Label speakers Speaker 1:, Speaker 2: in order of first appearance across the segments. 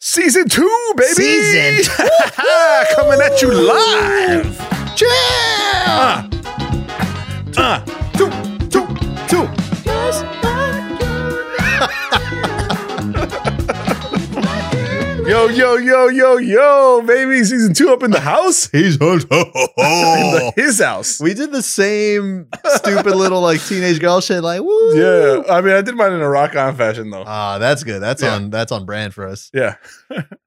Speaker 1: Season two, baby.
Speaker 2: Season two.
Speaker 1: coming at you live.
Speaker 2: Chill.
Speaker 1: Uh, uh, two, two, two. Yo, yo, yo, yo, yo, baby. Season two up in the house.
Speaker 2: He's Oh.
Speaker 1: His house.
Speaker 2: We did the same stupid little like teenage girl shit, like woo.
Speaker 1: Yeah. I mean, I did mine in a rock on fashion, though.
Speaker 2: Ah, that's good. That's
Speaker 1: Yeah.
Speaker 2: on that's on brand for us.
Speaker 1: Yeah.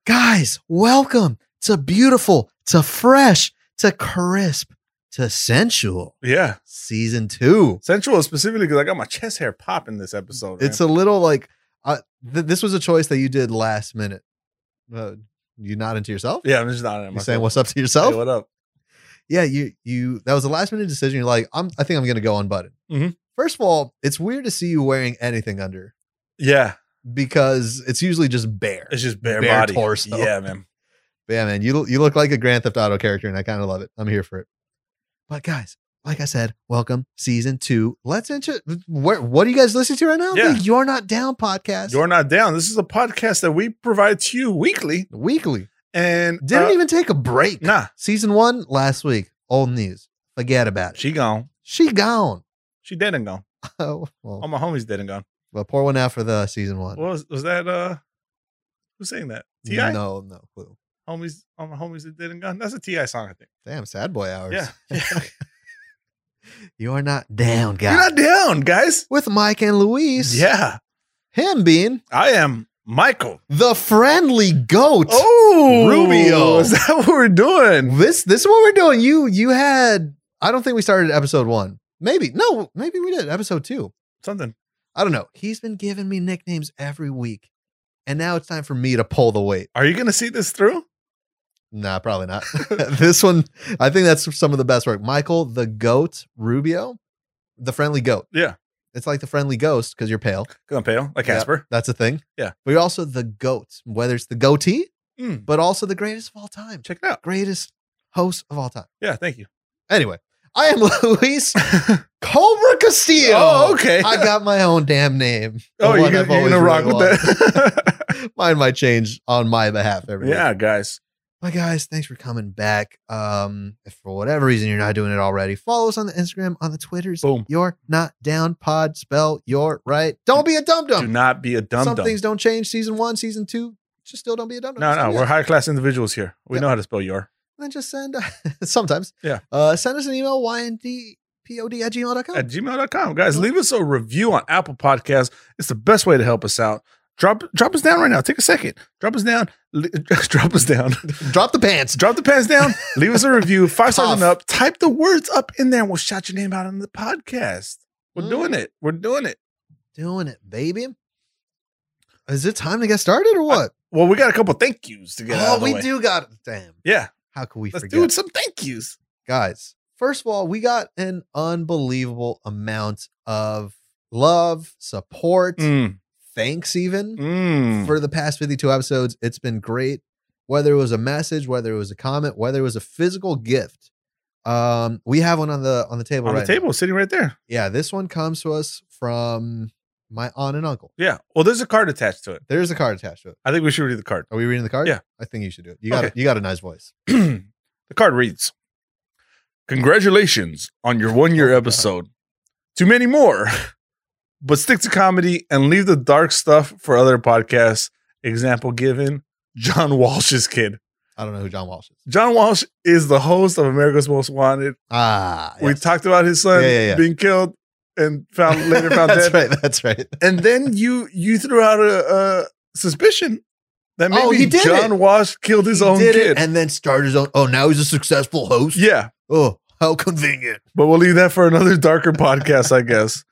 Speaker 2: Guys, welcome to beautiful, to fresh, to crisp, to sensual
Speaker 1: Yeah.
Speaker 2: season two.
Speaker 1: Sensual specifically because I got my chest hair popping this episode.
Speaker 2: It's a little like uh, th- this was a choice that you did last minute. Uh, you nodding to yourself?
Speaker 1: yeah, I'm just not in
Speaker 2: You
Speaker 1: my
Speaker 2: saying what's up to yourself?
Speaker 1: Hey, what up?
Speaker 2: yeah, you you that was a last minute decision. You're like, I'm I think I'm gonna go unbutton.
Speaker 1: Mhm.
Speaker 2: First of all, it's weird to see you wearing anything under
Speaker 1: Yeah,
Speaker 2: because it's usually just bare.
Speaker 1: it's just bare,
Speaker 2: Bare
Speaker 1: body.
Speaker 2: torso.
Speaker 1: Yeah, man.
Speaker 2: But yeah, man, you l- you look like a Grand Theft Auto character, and I kind of love it. I'm here for it. But guys, like I said, welcome season two. Let's into where, what are you guys listening to right now?
Speaker 1: Yeah.
Speaker 2: The You're Not Down podcast
Speaker 1: You're not down. This is a podcast that we provide to you weekly,
Speaker 2: weekly.
Speaker 1: and
Speaker 2: Didn't
Speaker 1: uh,
Speaker 2: even take a break.
Speaker 1: nah.
Speaker 2: Season one last week. Old news. Forget about it.
Speaker 1: She gone.
Speaker 2: She gone.
Speaker 1: She dead and gone.
Speaker 2: Oh, well,
Speaker 1: All my homies dead and gone.
Speaker 2: well, pour one out for the season one.
Speaker 1: What was was that? Uh, who's saying that? Ti
Speaker 2: No, no clue.
Speaker 1: homies. All my homies that dead and gone. That's a Ti song, I think.
Speaker 2: Damn, sad boy hours.
Speaker 1: Yeah. Yeah.
Speaker 2: You are not down, guys.
Speaker 1: You're not down, guys.
Speaker 2: With Mike and Luis.
Speaker 1: Yeah,
Speaker 2: Him being
Speaker 1: I am Michael.
Speaker 2: the friendly goat.
Speaker 1: Oh,
Speaker 2: Rubio.
Speaker 1: Is that what we're doing?
Speaker 2: This this is what we're doing. You you had I don't think we started episode one. Maybe. No, maybe we did. Episode two.
Speaker 1: Something.
Speaker 2: I don't know. He's been giving me nicknames every week. And now it's time for me to pull the weight.
Speaker 1: Are you gonna see this through?
Speaker 2: Nah, probably not. this one, I think that's some of the best work. Michael the goat Rubio, the friendly goat.
Speaker 1: Yeah.
Speaker 2: It's like the friendly ghost because you're pale.
Speaker 1: Cause I'm pale, like
Speaker 2: Yeah.
Speaker 1: Casper.
Speaker 2: That's a thing.
Speaker 1: Yeah.
Speaker 2: But you're also the goat, whether it's the goatee,
Speaker 1: Mm.
Speaker 2: but also the greatest of all time.
Speaker 1: Check it out.
Speaker 2: Greatest host of all time.
Speaker 1: Yeah, thank you.
Speaker 2: Anyway, I am Luis Cobra Castillo.
Speaker 1: Oh, okay.
Speaker 2: I got my own damn name. The
Speaker 1: Oh, you're
Speaker 2: one
Speaker 1: gonna,
Speaker 2: I've
Speaker 1: you're
Speaker 2: always
Speaker 1: gonna rock
Speaker 2: really
Speaker 1: with
Speaker 2: wanted.
Speaker 1: that.
Speaker 2: Mine might change on my behalf every week.
Speaker 1: yeah, guys.
Speaker 2: But guys, thanks for coming back. Um, if for whatever reason you're not doing it already, follow us on the Instagram, on the Twitters.
Speaker 1: Boom.
Speaker 2: You're not down pod. Spell you're right. Don't be a dum
Speaker 1: Do
Speaker 2: dum.
Speaker 1: not be a dumb
Speaker 2: Some
Speaker 1: dumb.
Speaker 2: things don't change. Season one, season two, just still don't be a dum dum.
Speaker 1: No, no, we're high class individuals here. We
Speaker 2: Yeah.
Speaker 1: know how to spell your.
Speaker 2: then just send sometimes.
Speaker 1: Yeah.
Speaker 2: Uh, send us an email yndpod at gmail.com.
Speaker 1: At gmail.com. Guys, leave us a review on Apple Podcasts. It's the best way to help us out. Drop drop us down right now. Take a second. Drop us down. Li- drop us down.
Speaker 2: Drop the pants.
Speaker 1: drop the pants down. Leave us a review. Five stars
Speaker 2: Tough.
Speaker 1: and up. Type the words up in there and we'll shout your name out on the podcast. We're
Speaker 2: Mm.
Speaker 1: doing it. We're doing it.
Speaker 2: Doing it, baby. Is it time to get started or what?
Speaker 1: Well, we got a couple thank yous to get out of the
Speaker 2: oh, we
Speaker 1: way.
Speaker 2: do got damn.
Speaker 1: Yeah.
Speaker 2: How could we
Speaker 1: Let's
Speaker 2: forget?
Speaker 1: do some thank yous.
Speaker 2: guys, first of all, we got an unbelievable amount of love, support,
Speaker 1: Mm.
Speaker 2: thanks, even
Speaker 1: Mm.
Speaker 2: for the past 52 episodes. It's been great. Whether it was a message, whether it was a comment, whether it was a physical gift. Um, we have one on the on the table
Speaker 1: on
Speaker 2: right
Speaker 1: the
Speaker 2: now.
Speaker 1: table, sitting right there.
Speaker 2: Yeah, this one comes to us from my aunt and uncle.
Speaker 1: Yeah. Well, there's a card attached to it.
Speaker 2: There's a card attached to it.
Speaker 1: I think we should read the card.
Speaker 2: Are we reading the card?
Speaker 1: Yeah.
Speaker 2: I think you should do it. You got
Speaker 1: Okay.
Speaker 2: you got a nice voice.
Speaker 1: the card reads Congratulations on your one
Speaker 2: Oh,
Speaker 1: year episode. Too many more, but stick to comedy and leave the dark stuff for other podcasts. Example given John Walsh's kid.
Speaker 2: I don't know who John Walsh is.
Speaker 1: John Walsh is the host of America's Most Wanted.
Speaker 2: Ah,
Speaker 1: We
Speaker 2: yes.
Speaker 1: talked about his son
Speaker 2: Yeah, yeah, yeah.
Speaker 1: being killed and found later found
Speaker 2: that's
Speaker 1: dead.
Speaker 2: right. That's right.
Speaker 1: And then you you threw out a, a suspicion that maybe
Speaker 2: Oh, he did
Speaker 1: John
Speaker 2: it.
Speaker 1: Walsh killed his
Speaker 2: He
Speaker 1: own
Speaker 2: did
Speaker 1: kid.
Speaker 2: it and then started his own. Oh, now he's a successful host.
Speaker 1: yeah.
Speaker 2: Oh, how convenient.
Speaker 1: But we'll leave that for another darker podcast, I guess.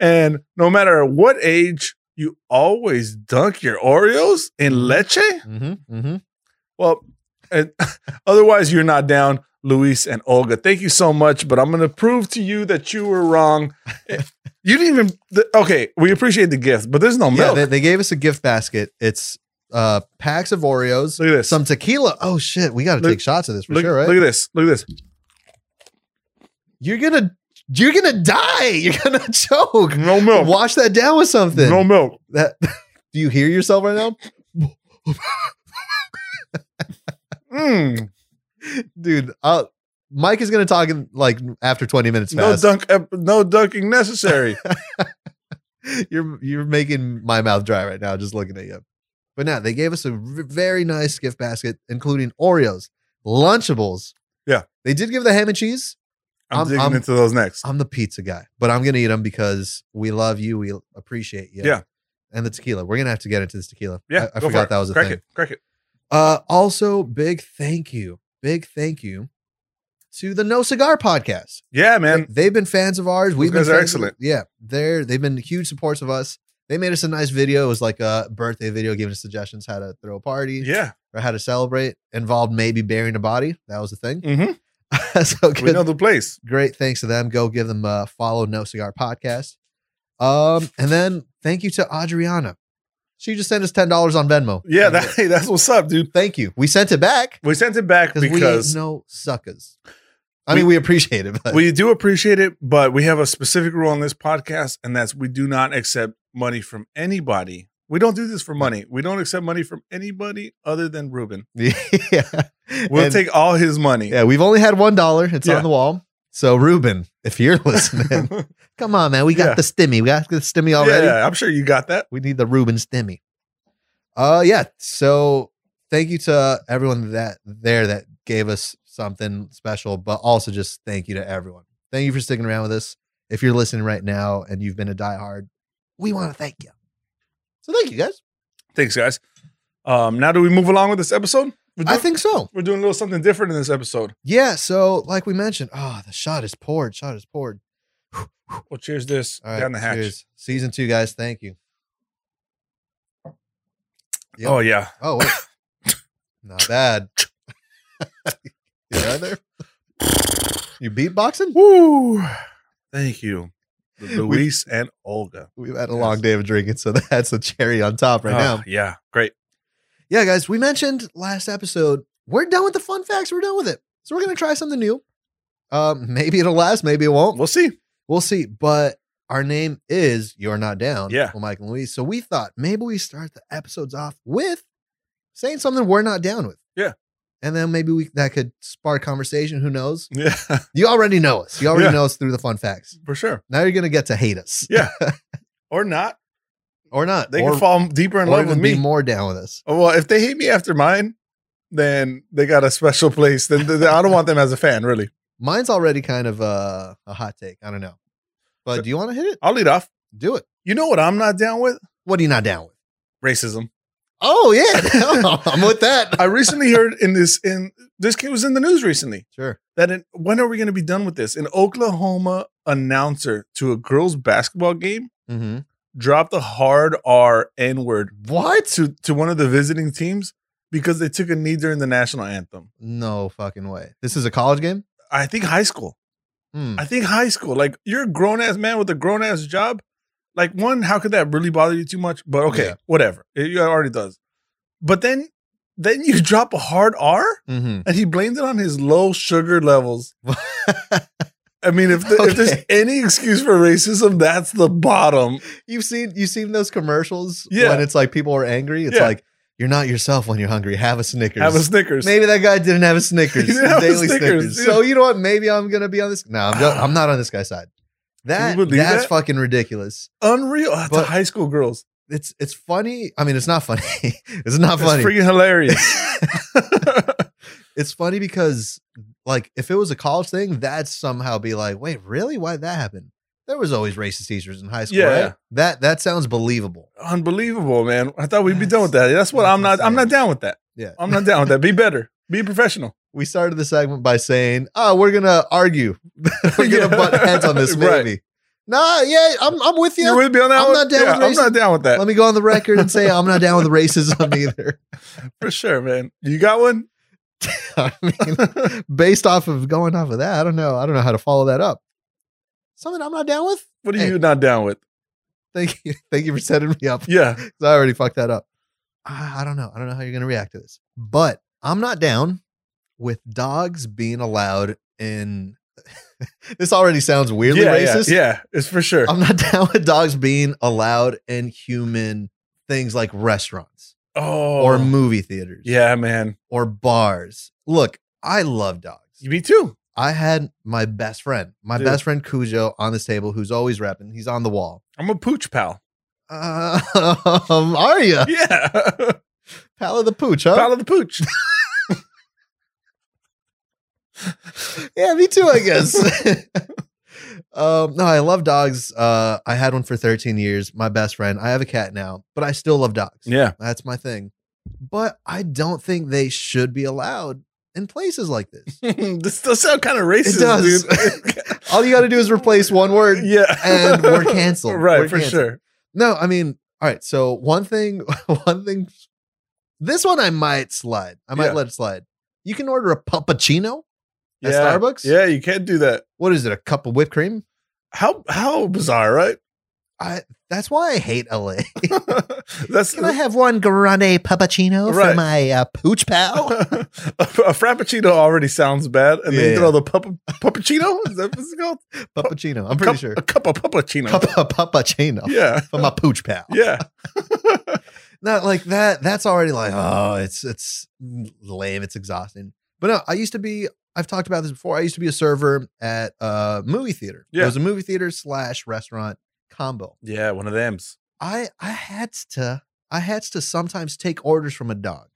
Speaker 1: And no matter what age, you always dunk your Oreos in leche.
Speaker 2: Mm-hmm, mm-hmm.
Speaker 1: Well, and otherwise, you're not down, Luis and Olga. Thank you so much. But I'm going to prove to you that you were wrong. Eh, You didn't even. The, okay, we appreciate the gift, but there's no
Speaker 2: Yeah,
Speaker 1: milk.
Speaker 2: they, they gave us a gift basket. It's uh packs of Oreos,
Speaker 1: look at this.
Speaker 2: some tequila. Oh shit, we got to
Speaker 1: Look-
Speaker 2: take shots of this for
Speaker 1: look,
Speaker 2: sure, right?
Speaker 1: look at this. Look at this.
Speaker 2: You're gonna you're gonna die. You're gonna choke.
Speaker 1: No milk.
Speaker 2: Wash that down with something.
Speaker 1: No milk.
Speaker 2: That do you hear yourself right now?
Speaker 1: Mm,
Speaker 2: dude. Uh, Mike is gonna talk in like after 20 minutes.
Speaker 1: no
Speaker 2: Fast.
Speaker 1: dunk, ep- no dunking necessary.
Speaker 2: you're you're making my mouth dry right now just looking at you. But now they gave us a v- very nice gift basket, including Oreos, Lunchables.
Speaker 1: Yeah.
Speaker 2: they did give the ham and cheese.
Speaker 1: I'm,
Speaker 2: I'm-
Speaker 1: digging
Speaker 2: I'm-
Speaker 1: into those next.
Speaker 2: I'm the pizza guy, but I'm gonna eat them because we love you, we appreciate you.
Speaker 1: Yeah.
Speaker 2: and the tequila. We're gonna have to get into this tequila.
Speaker 1: yeah,
Speaker 2: I, I
Speaker 1: go for
Speaker 2: forgot
Speaker 1: it.
Speaker 2: that was a
Speaker 1: crack
Speaker 2: thing.
Speaker 1: It, crack it.
Speaker 2: Uh, also, big thank you, big thank you to the No Cigar Podcast.
Speaker 1: Yeah, man.
Speaker 2: They, have been fans of ours. We've
Speaker 1: guys
Speaker 2: been
Speaker 1: are
Speaker 2: fans of-
Speaker 1: excellent.
Speaker 2: yeah, they're they've been huge supports of us. They made us a nice video. It was like a birthday video, giving us suggestions how to throw a party
Speaker 1: Yeah,
Speaker 2: or how to celebrate. Involved maybe burying a body. That was the thing.
Speaker 1: hmm
Speaker 2: so
Speaker 1: we
Speaker 2: good
Speaker 1: know the place.
Speaker 2: great thanks to them. Go give them a follow, No Cigar Podcast. Um, and then thank you to Adriana. She just sent us ten dollars on Venmo.
Speaker 1: Yeah, that, hey, that's what's up, dude.
Speaker 2: thank you. We sent it back
Speaker 1: We sent it back
Speaker 2: because we ain't
Speaker 1: because
Speaker 2: no suckers. I
Speaker 1: We-
Speaker 2: mean, we appreciate it, but
Speaker 1: we do appreciate it, but we have a specific rule on this podcast, and that's we do not accept money from anybody. We don't do this for money. We don't accept money from anybody other than Ruben.
Speaker 2: yeah,
Speaker 1: We'll
Speaker 2: And-
Speaker 1: take all his money.
Speaker 2: Yeah, we've only had one dollar. It's
Speaker 1: Yeah.
Speaker 2: on the wall. So Ruben, if you're listening, come on, man. We got
Speaker 1: Yeah.
Speaker 2: the stimmy. We got the stimmy already.
Speaker 1: Yeah, I'm sure you got that.
Speaker 2: We need the Ruben Stimmy. Uh yeah. So thank you to everyone that there that gave us something special, but also just thank you to everyone. Thank you for sticking around with us. If you're listening right now and you've been a diehard, we want to thank you. So thank you guys.
Speaker 1: Thanks, guys. Um, now do we move along with this episode? We're doing,
Speaker 2: I think so.
Speaker 1: we're doing a little something different in this episode.
Speaker 2: Yeah. So like we mentioned, oh, the shot is poured. Shot is poured.
Speaker 1: Well, cheers this
Speaker 2: All right.
Speaker 1: down the hatch.
Speaker 2: cheers. Season two, guys. Thank you. Yep.
Speaker 1: Oh yeah.
Speaker 2: Oh, wait. not bad. you all right there? You beatboxing?
Speaker 1: Woo! Thank you, Luis and Olga.
Speaker 2: We've had a
Speaker 1: Yes.
Speaker 2: long day of drinking, so that's the cherry on top right
Speaker 1: Ah,
Speaker 2: now.
Speaker 1: yeah, great.
Speaker 2: Yeah, guys, we mentioned last episode we're done with the fun facts. We're done with it, so we're gonna try something new. Um, maybe it'll last, maybe it won't.
Speaker 1: We'll see.
Speaker 2: We'll see. But our name is You're Not Down.
Speaker 1: Yeah.
Speaker 2: Well, Mike and Louise. So we thought maybe we start the episodes off with saying something we're not down with.
Speaker 1: Yeah.
Speaker 2: And then maybe we that could spark conversation. Who knows?
Speaker 1: Yeah,
Speaker 2: You already know us. You already
Speaker 1: Yeah.
Speaker 2: know us through the fun facts.
Speaker 1: for sure.
Speaker 2: Now you're gonna get to hate us.
Speaker 1: Yeah. Or not.
Speaker 2: Or not.
Speaker 1: They
Speaker 2: or,
Speaker 1: can fall deeper in
Speaker 2: or
Speaker 1: love
Speaker 2: even
Speaker 1: with
Speaker 2: be
Speaker 1: me.
Speaker 2: more down with us.
Speaker 1: Oh, well, if they hate me after mine, then they got a special place. Then then I don't want them as a fan, really.
Speaker 2: Mine's already kind of uh, a hot take. I don't know. But do you want to hit it?
Speaker 1: I'll lead off.
Speaker 2: Do it.
Speaker 1: You know what I'm not down with?
Speaker 2: What are you not down with?
Speaker 1: Racism.
Speaker 2: Oh yeah. I'm with that.
Speaker 1: I recently heard in this in this kid was in the news recently.
Speaker 2: Sure.
Speaker 1: that in, when are we going to be done with this? An Oklahoma announcer to a girls basketball game
Speaker 2: Mm-hmm.
Speaker 1: dropped the hard R N word
Speaker 2: What?
Speaker 1: to to one of the visiting teams because they took a knee during the national anthem.
Speaker 2: No fucking way. This is a college game?
Speaker 1: I think high school.
Speaker 2: Hmm.
Speaker 1: I think high school. Like you're a grown ass man with a grown ass job. Like one, how could that really bother you too much? But okay,
Speaker 2: Yeah.
Speaker 1: whatever. It it already does. But then then you drop a hard R
Speaker 2: Mm-hmm.
Speaker 1: and he blamed it on his low sugar levels. I mean, if, the, if there's
Speaker 2: Okay.
Speaker 1: any excuse for racism, that's the bottom.
Speaker 2: you've seen you've seen those commercials
Speaker 1: Yeah.
Speaker 2: when it's like people are angry. It's
Speaker 1: Yeah.
Speaker 2: like you're not yourself when you're hungry. Have a Snickers.
Speaker 1: Have a Snickers.
Speaker 2: Maybe that guy didn't have a Snickers.
Speaker 1: He didn't have a
Speaker 2: daily Snickers.
Speaker 1: Snickers, yeah.
Speaker 2: So you know what? Maybe I'm gonna be on this. No, I'm, just, I'm not on this guy's side. That
Speaker 1: Can you believe
Speaker 2: that's
Speaker 1: that?
Speaker 2: fucking ridiculous.
Speaker 1: Unreal. That's
Speaker 2: But-
Speaker 1: high school girls.
Speaker 2: It's it's funny. I mean, it's not funny. it's not
Speaker 1: That's
Speaker 2: funny.
Speaker 1: freaking hilarious.
Speaker 2: it's funny because like if it was a college thing, that'd somehow be like, wait, really? Why'd that happen? There was always racist teachers in high school,
Speaker 1: Yeah.
Speaker 2: right? That that sounds believable.
Speaker 1: Unbelievable, man. I thought we'd be done with that. That's what I'm not. I'm not down with that.
Speaker 2: Yeah.
Speaker 1: I'm not down with that. Be better. Be professional.
Speaker 2: we started the segment by saying, "Oh, we're gonna argue. we're gonna
Speaker 1: Yeah.
Speaker 2: butt heads on this
Speaker 1: Right.
Speaker 2: maybe." Nah, yeah, I'm I'm with you.
Speaker 1: You with me on that
Speaker 2: I'm
Speaker 1: one?
Speaker 2: not down
Speaker 1: Yeah,
Speaker 2: with
Speaker 1: I'm not down with that
Speaker 2: Let me go on the record and say I'm not down with racism either.
Speaker 1: for sure, man. You got one?
Speaker 2: I mean, based off of going off of that, I don't know. I don't know how to follow that up. Something I'm not down with.
Speaker 1: What are
Speaker 2: Hey.
Speaker 1: you not down with?
Speaker 2: Thank you, thank you for setting me up.
Speaker 1: Yeah.
Speaker 2: 'cause I already fucked that up. I, I don't know. I don't know how you're gonna react to this, but I'm not down with dogs being allowed in. this already sounds weirdly
Speaker 1: yeah, yeah,
Speaker 2: racist.
Speaker 1: Yeah, It's for sure.
Speaker 2: I'm not down with dogs being allowed in human things like restaurants.
Speaker 1: Oh,
Speaker 2: or movie theaters
Speaker 1: yeah, man.
Speaker 2: or bars. Look, I love dogs.
Speaker 1: Me too.
Speaker 2: I had my best friend, my
Speaker 1: Dude.
Speaker 2: best friend Cujo on this table who's always repping. He's on the wall.
Speaker 1: I'm a pooch pal.
Speaker 2: Uh, um, are you?
Speaker 1: Yeah,
Speaker 2: Pal of the Pooch, huh?
Speaker 1: pal of the pooch.
Speaker 2: yeah, me too, I guess. um, no, I love dogs. Uh, I had one for 13 years, my best friend. I have a cat now, but I still love dogs.
Speaker 1: Yeah,
Speaker 2: That's my thing. But I don't think they should be allowed in places like this.
Speaker 1: this does sound kind of racist.
Speaker 2: It does.
Speaker 1: dude.
Speaker 2: All you got to do is replace one word
Speaker 1: yeah,
Speaker 2: and we're canceled.
Speaker 1: Right
Speaker 2: We're
Speaker 1: for
Speaker 2: canceled.
Speaker 1: sure.
Speaker 2: No, I mean, all right. So one thing, one thing, this one I might slide. I might
Speaker 1: Yeah.
Speaker 2: let it slide. You can order a puppuccino at
Speaker 1: yeah.
Speaker 2: Starbucks.
Speaker 1: Yeah, you can't do that.
Speaker 2: What is it? A cup of whipped cream?
Speaker 1: How how bizarre, right?
Speaker 2: I. That's why I hate LA.
Speaker 1: That's
Speaker 2: Can I have one grande puppuccino for
Speaker 1: Right.
Speaker 2: my uh, pooch pal?
Speaker 1: a, a frappuccino already sounds bad, and then
Speaker 2: Yeah.
Speaker 1: you throw the puppa, puppuccino. Is that what it's called?
Speaker 2: Puppuccino. I'm pretty
Speaker 1: Cup-
Speaker 2: sure.
Speaker 1: a cup of puppuccino.
Speaker 2: Puppa, puppuccino
Speaker 1: yeah,
Speaker 2: for my pooch pal.
Speaker 1: yeah,
Speaker 2: Not like that. That's already like, oh, it's it's lame. It's exhausting. But no, I used to be. I've talked about this before. I used to be a server at a movie theater.
Speaker 1: Yeah.
Speaker 2: It was a movie theater slash restaurant combo.
Speaker 1: yeah. One of them's.
Speaker 2: I I had to I had to sometimes take orders from a dog.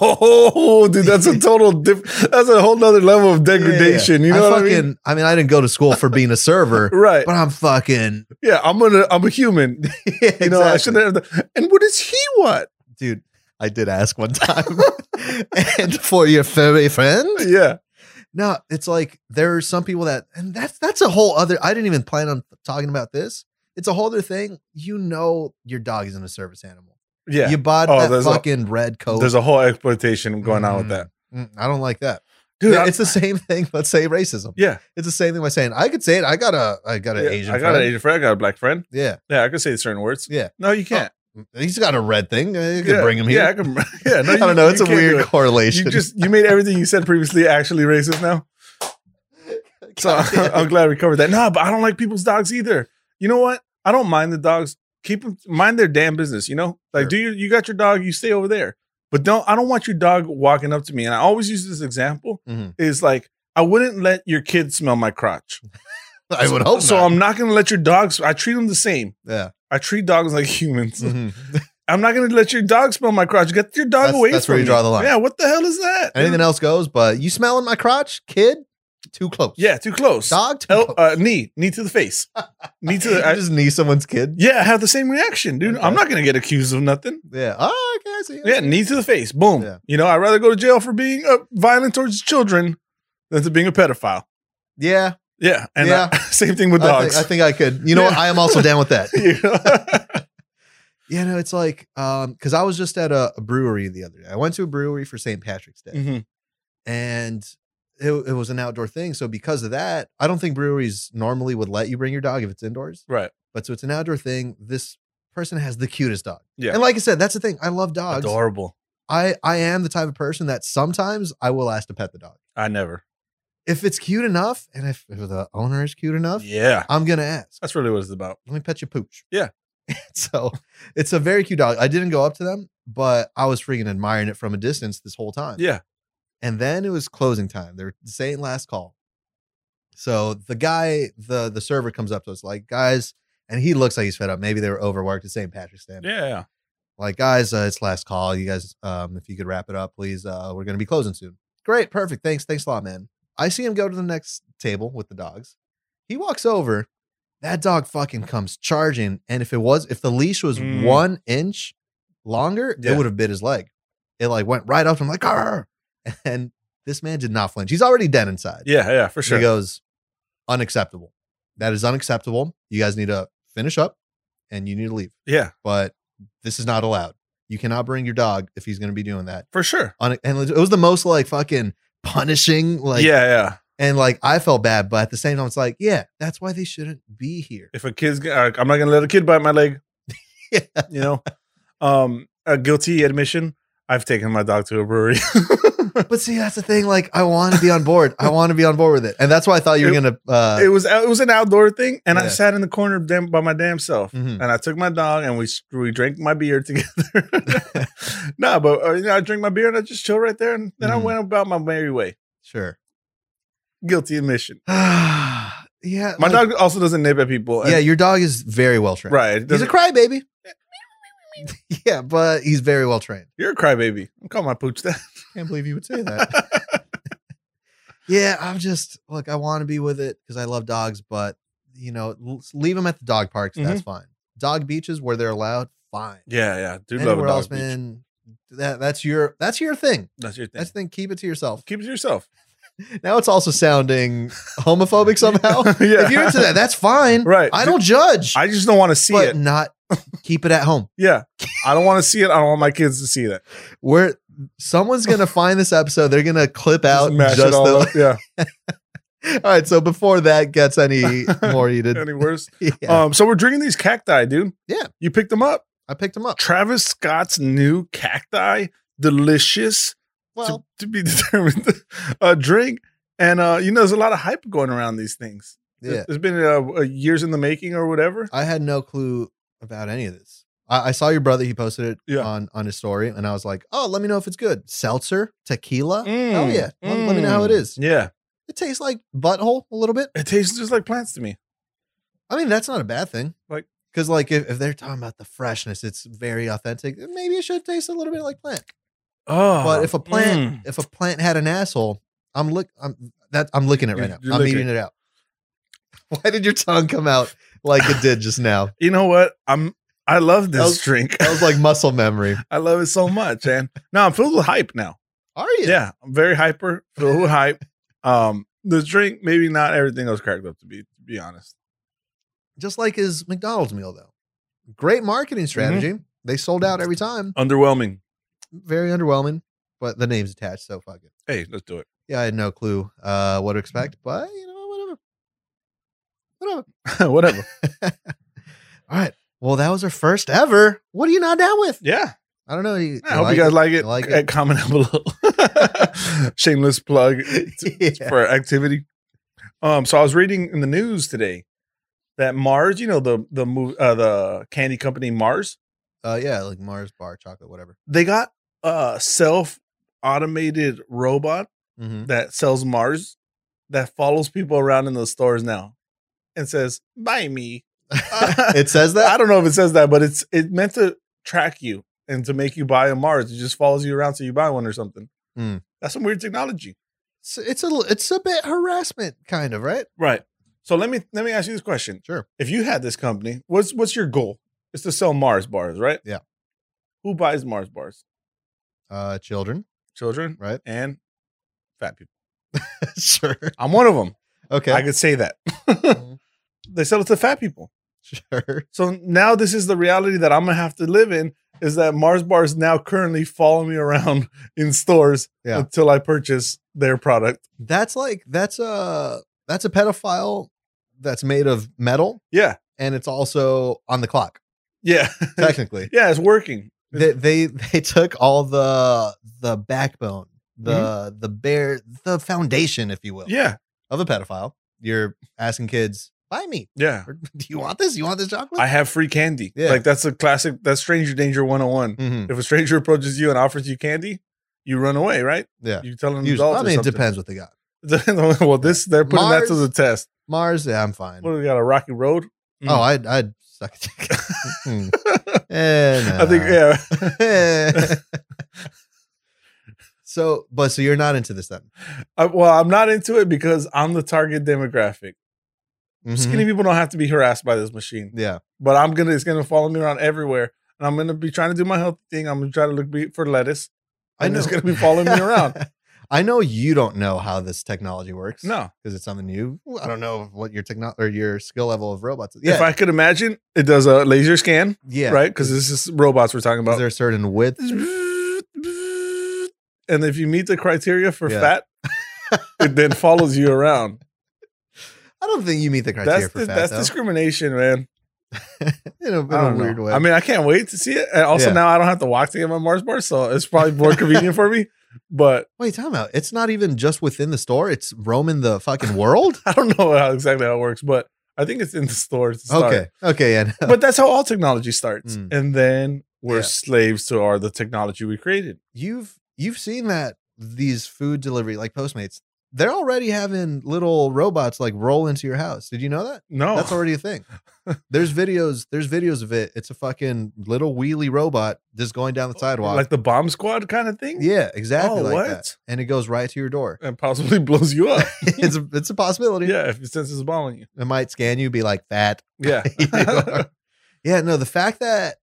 Speaker 1: Oh, dude, that's a total different. That's a whole nother level of degradation. You know
Speaker 2: I
Speaker 1: what
Speaker 2: fucking,
Speaker 1: I mean?
Speaker 2: I mean, I didn't go to school for being a server,
Speaker 1: Right?
Speaker 2: but I'm fucking.
Speaker 1: Yeah, I'm gonna. I'm a human.
Speaker 2: you
Speaker 1: You know, I shouldn't have. done- And what does he want?
Speaker 2: dude. I did ask one time, and for your furry friend.
Speaker 1: Yeah,
Speaker 2: No, it's like there are some people that, and that's that's a whole other. I didn't even plan on talking about this. It's a whole other thing. You know, your dog isn't a service animal.
Speaker 1: yeah.
Speaker 2: You bought
Speaker 1: Oh,
Speaker 2: that
Speaker 1: there's a-
Speaker 2: fucking red coat.
Speaker 1: There's a whole exploitation going on with that,
Speaker 2: Mm, I don't like that.
Speaker 1: dude.
Speaker 2: Yeah,
Speaker 1: I-
Speaker 2: it's the same thing. Let's say racism.
Speaker 1: yeah,
Speaker 2: It's the same thing by saying I could say it. I got a I got an
Speaker 1: yeah.
Speaker 2: Asian.
Speaker 1: I got an
Speaker 2: friend.
Speaker 1: Asian friend. I got a black friend.
Speaker 2: Yeah,
Speaker 1: Yeah, I could say certain words.
Speaker 2: Yeah.
Speaker 1: No, you can't.
Speaker 2: he's got a red thing. Uh, You could
Speaker 1: yeah.
Speaker 2: bring him
Speaker 1: Yeah, I
Speaker 2: here.
Speaker 1: can. Yeah, no,
Speaker 2: I
Speaker 1: you-
Speaker 2: don't know. It's
Speaker 1: you
Speaker 2: a
Speaker 1: can't do
Speaker 2: weird
Speaker 1: it.
Speaker 2: correlation.
Speaker 1: You just you made everything you said previously actually racist now. So I'm glad we covered that. No, but I don't like people's dogs either. You know what? I don't mind the dogs. Keep them mind their damn business. You know, like
Speaker 2: Sure.
Speaker 1: do you you got your dog? You stay over there. But don't I don't want your dog walking up to me. And I always use this example
Speaker 2: Mhm.
Speaker 1: is like I wouldn't let your kid smell my crotch.
Speaker 2: I would hope
Speaker 1: so.
Speaker 2: not.
Speaker 1: I'm not gonna let your dogs. I treat them the same.
Speaker 2: yeah.
Speaker 1: I treat dogs like humans.
Speaker 2: Mhm.
Speaker 1: I'm not gonna let your dog smell my crotch. Get your dog
Speaker 2: That's-
Speaker 1: away.
Speaker 2: that's
Speaker 1: from
Speaker 2: where you
Speaker 1: me.
Speaker 2: draw the line.
Speaker 1: Yeah. What the hell is that?
Speaker 2: Anything else goes. But you smelling my crotch, kid? Too close.
Speaker 1: Yeah. Too close.
Speaker 2: Dog. Too
Speaker 1: El,
Speaker 2: close.
Speaker 1: uh, knee, knee to the face, knee to the.
Speaker 2: I
Speaker 1: I,
Speaker 2: just knee someone's kid.
Speaker 1: yeah, I have the same reaction, dude.
Speaker 2: Okay.
Speaker 1: I'm not gonna get accused of nothing.
Speaker 2: Yeah. Oh, okay. I see. I
Speaker 1: Yeah,
Speaker 2: see.
Speaker 1: knee to the face, boom.
Speaker 2: Yeah.
Speaker 1: You know, I'd rather go to jail for being uh, violent towards children than to being a pedophile.
Speaker 2: Yeah.
Speaker 1: Yeah, and
Speaker 2: Yeah.
Speaker 1: uh, same thing with
Speaker 2: I think,
Speaker 1: dogs.
Speaker 2: I think I could. You know, what?
Speaker 1: Yeah.
Speaker 2: I am also down with that.
Speaker 1: You know?
Speaker 2: You know, it's like um, because I was just at a, a brewery the other day. I went to a brewery for St. Patrick's Day,
Speaker 1: Mhm.
Speaker 2: and it, it was an outdoor thing. So because of that, I don't think breweries normally would let you bring your dog if it's indoors.
Speaker 1: Right,
Speaker 2: But so it's an outdoor thing. This person has the cutest dog.
Speaker 1: Yeah.
Speaker 2: And like I said, that's the thing. I love dogs.
Speaker 1: adorable.
Speaker 2: I I am the type of person that sometimes I will ask to pet the dog
Speaker 1: I never.
Speaker 2: if it's cute enough, and if, if the owner is cute enough.
Speaker 1: Yeah,
Speaker 2: I'm gonna ask.
Speaker 1: that's really what it's about.
Speaker 2: Let me pet your pooch.
Speaker 1: Yeah.
Speaker 2: so it's a very cute dog. I didn't go up to them, but I was freaking admiring it from a distance this whole time.
Speaker 1: Yeah,
Speaker 2: And then it was closing time. They're saying last call. So the guy, the the server comes up to us like, guys, and he looks like he's fed up. Maybe they were overworked at St. Patrick's Day.
Speaker 1: yeah,
Speaker 2: Like, guys, uh, it's last call. You guys, um, if you could wrap it up, please. Uh, we're gonna be closing soon. Great, perfect. Thanks, thanks a lot, man. I see him go to the next table with the dogs. He walks over. That dog fucking comes charging, and if it was, if the leash was
Speaker 1: Mm.
Speaker 2: one inch longer,
Speaker 1: Yeah.
Speaker 2: it would have bit his leg. It like went right up to him, like, Arr! and this man did not flinch. He's already dead inside.
Speaker 1: yeah, yeah, for sure.
Speaker 2: He goes, unacceptable. That is unacceptable. You guys need to finish up, and you need to leave
Speaker 1: yeah,
Speaker 2: but this is not allowed. You cannot bring your dog if he's going to be doing that.
Speaker 1: for sure.
Speaker 2: On and it was the most like fucking punishing, like
Speaker 1: yeah, yeah.
Speaker 2: And like I felt bad, but at the same time, it's like, yeah, that's why they shouldn't be here.
Speaker 1: If a kid's, g- uh, I'm not gonna let a kid bite my leg.
Speaker 2: Yeah.
Speaker 1: you know um a guilty admission I've taken my dog to a brewery.
Speaker 2: But see, that's the thing. Like, I want to be on board. I want to be on board with it, and that's why I thought you were
Speaker 1: It-
Speaker 2: gonna. Uh,
Speaker 1: it was it was an outdoor thing, and I
Speaker 2: Yeah.
Speaker 1: sat in the corner damn, by my damn self,
Speaker 2: Mhm.
Speaker 1: and I took my dog, and we s- we drank my beer together. nah, but uh, you know, I drank my beer and I just chill right there, and then I
Speaker 2: Mhm.
Speaker 1: went about my merry way.
Speaker 2: sure.
Speaker 1: Guilty admission.
Speaker 2: yeah,
Speaker 1: My
Speaker 2: like-
Speaker 1: dog also doesn't nip at people. and-
Speaker 2: Yeah, your dog is very well trained.
Speaker 1: right.
Speaker 2: He's a
Speaker 1: doesn't-
Speaker 2: crybaby. yeah, but he's very well trained.
Speaker 1: You're a crybaby. I'm calling my pooch that.
Speaker 2: Can't believe you would say that. yeah, I'm just look. I want to be with it because I love dogs, but you know, l- leave them at the dog parks. That's
Speaker 1: Mm-hmm.
Speaker 2: fine. Dog beaches where they're allowed, fine.
Speaker 1: yeah, yeah. Dude, love a
Speaker 2: Anywhere
Speaker 1: dog.
Speaker 2: else,
Speaker 1: beach.
Speaker 2: man. That that's your that's your thing.
Speaker 1: That's your thing.
Speaker 2: That's the thing. Keep it to yourself.
Speaker 1: Keep it to yourself.
Speaker 2: Now it's also sounding homophobic somehow.
Speaker 1: yeah.
Speaker 2: If you're into that, that's fine.
Speaker 1: Right.
Speaker 2: I don't judge.
Speaker 1: I just don't want to see
Speaker 2: but
Speaker 1: it.
Speaker 2: not keep it at home.
Speaker 1: Yeah. I don't want to see it. I don't want my kids to see that.
Speaker 2: Where someone's gonna find this episode, they're gonna clip out
Speaker 1: mash
Speaker 2: just,
Speaker 1: it all
Speaker 2: the.
Speaker 1: up. Yeah.
Speaker 2: All right, so before that gets any more heated,
Speaker 1: Any worse?
Speaker 2: yeah,
Speaker 1: Um, so we're drinking these cacti, dude.
Speaker 2: Yeah.
Speaker 1: You picked them up.
Speaker 2: I picked him up.
Speaker 1: Travis Scott's new cacti, delicious
Speaker 2: Well,
Speaker 1: to, to be determined uh, drink. And uh, you know, there's a lot of hype going around these things.
Speaker 2: yeah,
Speaker 1: There's been uh, uh, years in the making or whatever.
Speaker 2: I had no clue about any of this. I, I saw your brother; he posted it
Speaker 1: Yeah.
Speaker 2: on on his story, and I was like, "Oh, let me know if it's good." Seltzer, tequila,
Speaker 1: Mm,
Speaker 2: Uh, hell yeah! Let, let me know how it
Speaker 1: mm.
Speaker 2: is.
Speaker 1: Yeah.
Speaker 2: It tastes like butthole a little bit.
Speaker 1: It tastes just like plants to me.
Speaker 2: I mean, that's not a bad thing.
Speaker 1: Like-
Speaker 2: because like if, if they're talking about the freshness, it's very authentic. Maybe it should taste a little bit like plant.
Speaker 1: Oh.
Speaker 2: But if a plant,
Speaker 1: mm.
Speaker 2: if a plant had an asshole, I'm look, I'm that I'm looking at it right
Speaker 1: You're-
Speaker 2: now.
Speaker 1: you're
Speaker 2: I'm
Speaker 1: licking
Speaker 2: eating it out. Why did your tongue come out like it did just now?
Speaker 1: You know what? I'm I love this
Speaker 2: That was-
Speaker 1: drink.
Speaker 2: That was like muscle memory.
Speaker 1: I love it so much, and now I'm filled with hype now.
Speaker 2: Are
Speaker 1: Yeah,
Speaker 2: you?
Speaker 1: I'm very hyper, filled with hype. Um, this drink, maybe not everything was cracked up to be, to be honest.
Speaker 2: Just like his McDonald's meal though. Great
Speaker 1: Mm-hmm.
Speaker 2: marketing strategy. They sold out every time.
Speaker 1: Underwhelming.
Speaker 2: Very underwhelming, but the name's attached, so fuck it.
Speaker 1: Hey, let's do it.
Speaker 2: Yeah, I had no clue uh,
Speaker 1: Mm-hmm.
Speaker 2: what to expect, but you know, whatever. Whatever.
Speaker 1: Whatever.
Speaker 2: All right. Well, that was our first ever. What are you not down with?
Speaker 1: Yeah.
Speaker 2: I don't know. You,
Speaker 1: I hope you guys like it.
Speaker 2: like
Speaker 1: Uh,
Speaker 2: it.
Speaker 1: Comment down below. Shameless plug
Speaker 2: it? Yeah.
Speaker 1: for activity. Um, so I was reading in the news today that Mars, you know the the mov- uh, the candy company Mars,
Speaker 2: Uh, yeah, like Mars bar, chocolate, whatever.
Speaker 1: they got a self automated robot
Speaker 2: Mm-hmm.
Speaker 1: that sells Mars that follows people around in the stores now and says, "Buy me."
Speaker 2: it says that.
Speaker 1: I don't know if it says that, but it's it meant to track you and to make you buy a Mars. It just follows you around so you buy one or something.
Speaker 2: Hmm.
Speaker 1: That's some weird technology,
Speaker 2: It's, it's a li- it's a bit harassment, kind of, right?
Speaker 1: right? So let me let me ask you this question:
Speaker 2: Sure.
Speaker 1: If you had this company, what's what's your goal? It's to sell Mars bars, right?
Speaker 2: Yeah.
Speaker 1: Who buys Mars bars?
Speaker 2: Uh, children,
Speaker 1: Children
Speaker 2: right?
Speaker 1: and fat people.
Speaker 2: sure.
Speaker 1: I'm one of them.
Speaker 2: Okay.
Speaker 1: I could say that. they sell it to fat people.
Speaker 2: sure.
Speaker 1: So now this is the reality that I'm gonna have to live in is that Mars bars now currently follow me around in stores
Speaker 2: Yeah.
Speaker 1: until I purchase their product.
Speaker 2: That's like that's a that's a pedophile that's made of metal,
Speaker 1: Yeah.
Speaker 2: and it's also on the clock.
Speaker 1: Yeah.
Speaker 2: Technically,
Speaker 1: yeah, it's working.
Speaker 2: they, they they took all the the backbone, the the bare the foundation, if you will,
Speaker 1: Mm-hmm. Yeah.
Speaker 2: of a pedophile. You're asking kids, buy me.
Speaker 1: Yeah.
Speaker 2: Or, Do you want this? You want this chocolate?
Speaker 1: I have free candy.
Speaker 2: Yeah.
Speaker 1: Like that's a classic that's Stranger Danger 101.
Speaker 2: Mhm.
Speaker 1: If a stranger approaches you and offers you candy, you run away, right?
Speaker 2: Yeah.
Speaker 1: You tell an
Speaker 2: Usually-
Speaker 1: adult.
Speaker 2: I
Speaker 1: or
Speaker 2: mean, it
Speaker 1: something.
Speaker 2: depends what they got.
Speaker 1: Depends on- well, this they're putting that to
Speaker 2: Mars-
Speaker 1: the test.
Speaker 2: Mars, yeah, I'm fine.
Speaker 1: What do we got? A rocky road?
Speaker 2: Oh, I'd, I'd suck a dick. Hmm. Eh,
Speaker 1: I think
Speaker 2: nah.
Speaker 1: yeah.
Speaker 2: so, but so you're not into this then?
Speaker 1: I, well, I'm not into it because I'm the target demographic. Skinny people don't have to be harassed by this machine.
Speaker 2: Mhm. Mm-hmm. Yeah.
Speaker 1: But I'm gonna it's gonna follow me around everywhere. And I'm gonna be trying to do my healthy thing. I'm gonna try to look be- for lettuce. And it's gonna be following me around.
Speaker 2: I know you don't know how this technology works.
Speaker 1: No.
Speaker 2: Because it's something new. I don't know what your technology or your skill level of robots is.
Speaker 1: If I could imagine, it does a laser scan,
Speaker 2: yeah.
Speaker 1: right? Because this is robots we're talking
Speaker 2: Is
Speaker 1: about.
Speaker 2: there a certain width?
Speaker 1: and if you meet the criteria for
Speaker 2: Yeah.
Speaker 1: fat, it then follows you around.
Speaker 2: I don't think you meet the criteria
Speaker 1: That's
Speaker 2: for
Speaker 1: the,
Speaker 2: fat.
Speaker 1: that's
Speaker 2: though.
Speaker 1: discrimination, man.
Speaker 2: in a, in
Speaker 1: I
Speaker 2: a
Speaker 1: don't
Speaker 2: weird
Speaker 1: know.
Speaker 2: way.
Speaker 1: I mean, I can't wait to see it. And also
Speaker 2: Yeah.
Speaker 1: now I don't have to walk to get my Mars bar, so it's probably more convenient for me. But
Speaker 2: wait, time out. It's not even just within the store. It's roaming the fucking world.
Speaker 1: I don't know how exactly how it works, but I think it's in the stores. to start.
Speaker 2: okay, okay, yeah. no.
Speaker 1: But that's how all technology starts.
Speaker 2: Mm.
Speaker 1: And then we're
Speaker 2: Yeah.
Speaker 1: slaves to our the technology we created.
Speaker 2: you've you've seen that these food delivery like Postmates, they're already having little robots like roll into your house. Did you know that?
Speaker 1: No.
Speaker 2: That's already a thing. There's videos. There's videos of it. It's a fucking little wheelie robot just going down the sidewalk.
Speaker 1: Oh, Like the bomb squad kind of thing?
Speaker 2: yeah, exactly
Speaker 1: Oh,
Speaker 2: like
Speaker 1: what?
Speaker 2: that. And it goes right to your door.
Speaker 1: And possibly blows you up.
Speaker 2: it's a, it's a possibility.
Speaker 1: yeah, if it senses a bomb on you.
Speaker 2: It might scan you, be like that.
Speaker 1: Yeah.
Speaker 2: You are. yeah, no. The fact that,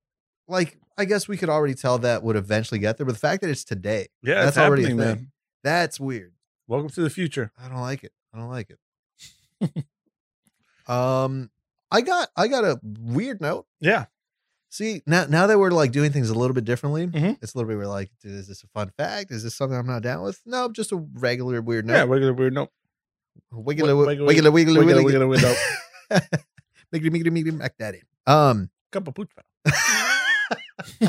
Speaker 2: like, I guess we could already tell that would eventually get there, but the fact that it's today,
Speaker 1: yeah,
Speaker 2: That's
Speaker 1: it's
Speaker 2: already a
Speaker 1: happening,
Speaker 2: thing.
Speaker 1: man.
Speaker 2: that's weird.
Speaker 1: Welcome to the future.
Speaker 2: I don't like it. I don't like it. um, I got I got a weird note.
Speaker 1: Yeah.
Speaker 2: See, now now that we're like doing things a little bit differently,
Speaker 1: Mhm.
Speaker 2: it's a little bit we're like, dude, is this a fun fact? Is this something I'm not down with? No, just a regular weird
Speaker 1: Yeah,
Speaker 2: note.
Speaker 1: regular weird nope.
Speaker 2: Wiggle,
Speaker 1: wiggle,
Speaker 2: wiggle, wiggle, wiggle,
Speaker 1: Regular
Speaker 2: wiggle,
Speaker 1: weird nope.
Speaker 2: Miggity, miggity, miggity, Mac Daddy. Um,
Speaker 1: Cup of pooch. pal.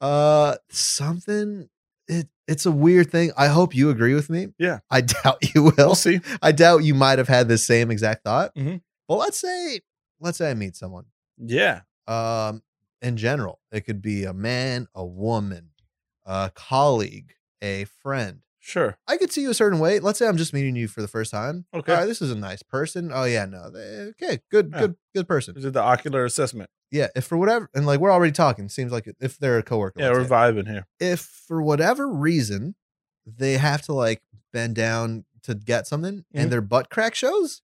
Speaker 2: uh, something. It it's a weird thing. I hope you agree with me.
Speaker 1: Yeah.
Speaker 2: I doubt you will.
Speaker 1: We'll see.
Speaker 2: I doubt you might have had the same exact thought.
Speaker 1: Mhm.
Speaker 2: But let's say, let's say I meet someone.
Speaker 1: Yeah.
Speaker 2: Um, in general, it could be a man, a woman, a colleague, a friend.
Speaker 1: Sure.
Speaker 2: I could see you a certain way. Let's say I'm just meeting you for the first time.
Speaker 1: Okay.
Speaker 2: All right, this is a nice person. Oh yeah, no, they, okay, good,
Speaker 1: Yeah.
Speaker 2: good, good person.
Speaker 1: Is it the ocular assessment?
Speaker 2: Yeah, if for whatever, and like we're already talking, seems like if they're a coworker.
Speaker 1: Yeah,
Speaker 2: let's
Speaker 1: we're
Speaker 2: say.
Speaker 1: vibing here.
Speaker 2: if for whatever reason they have to like bend down to get something
Speaker 1: Mhm.
Speaker 2: and their butt crack shows,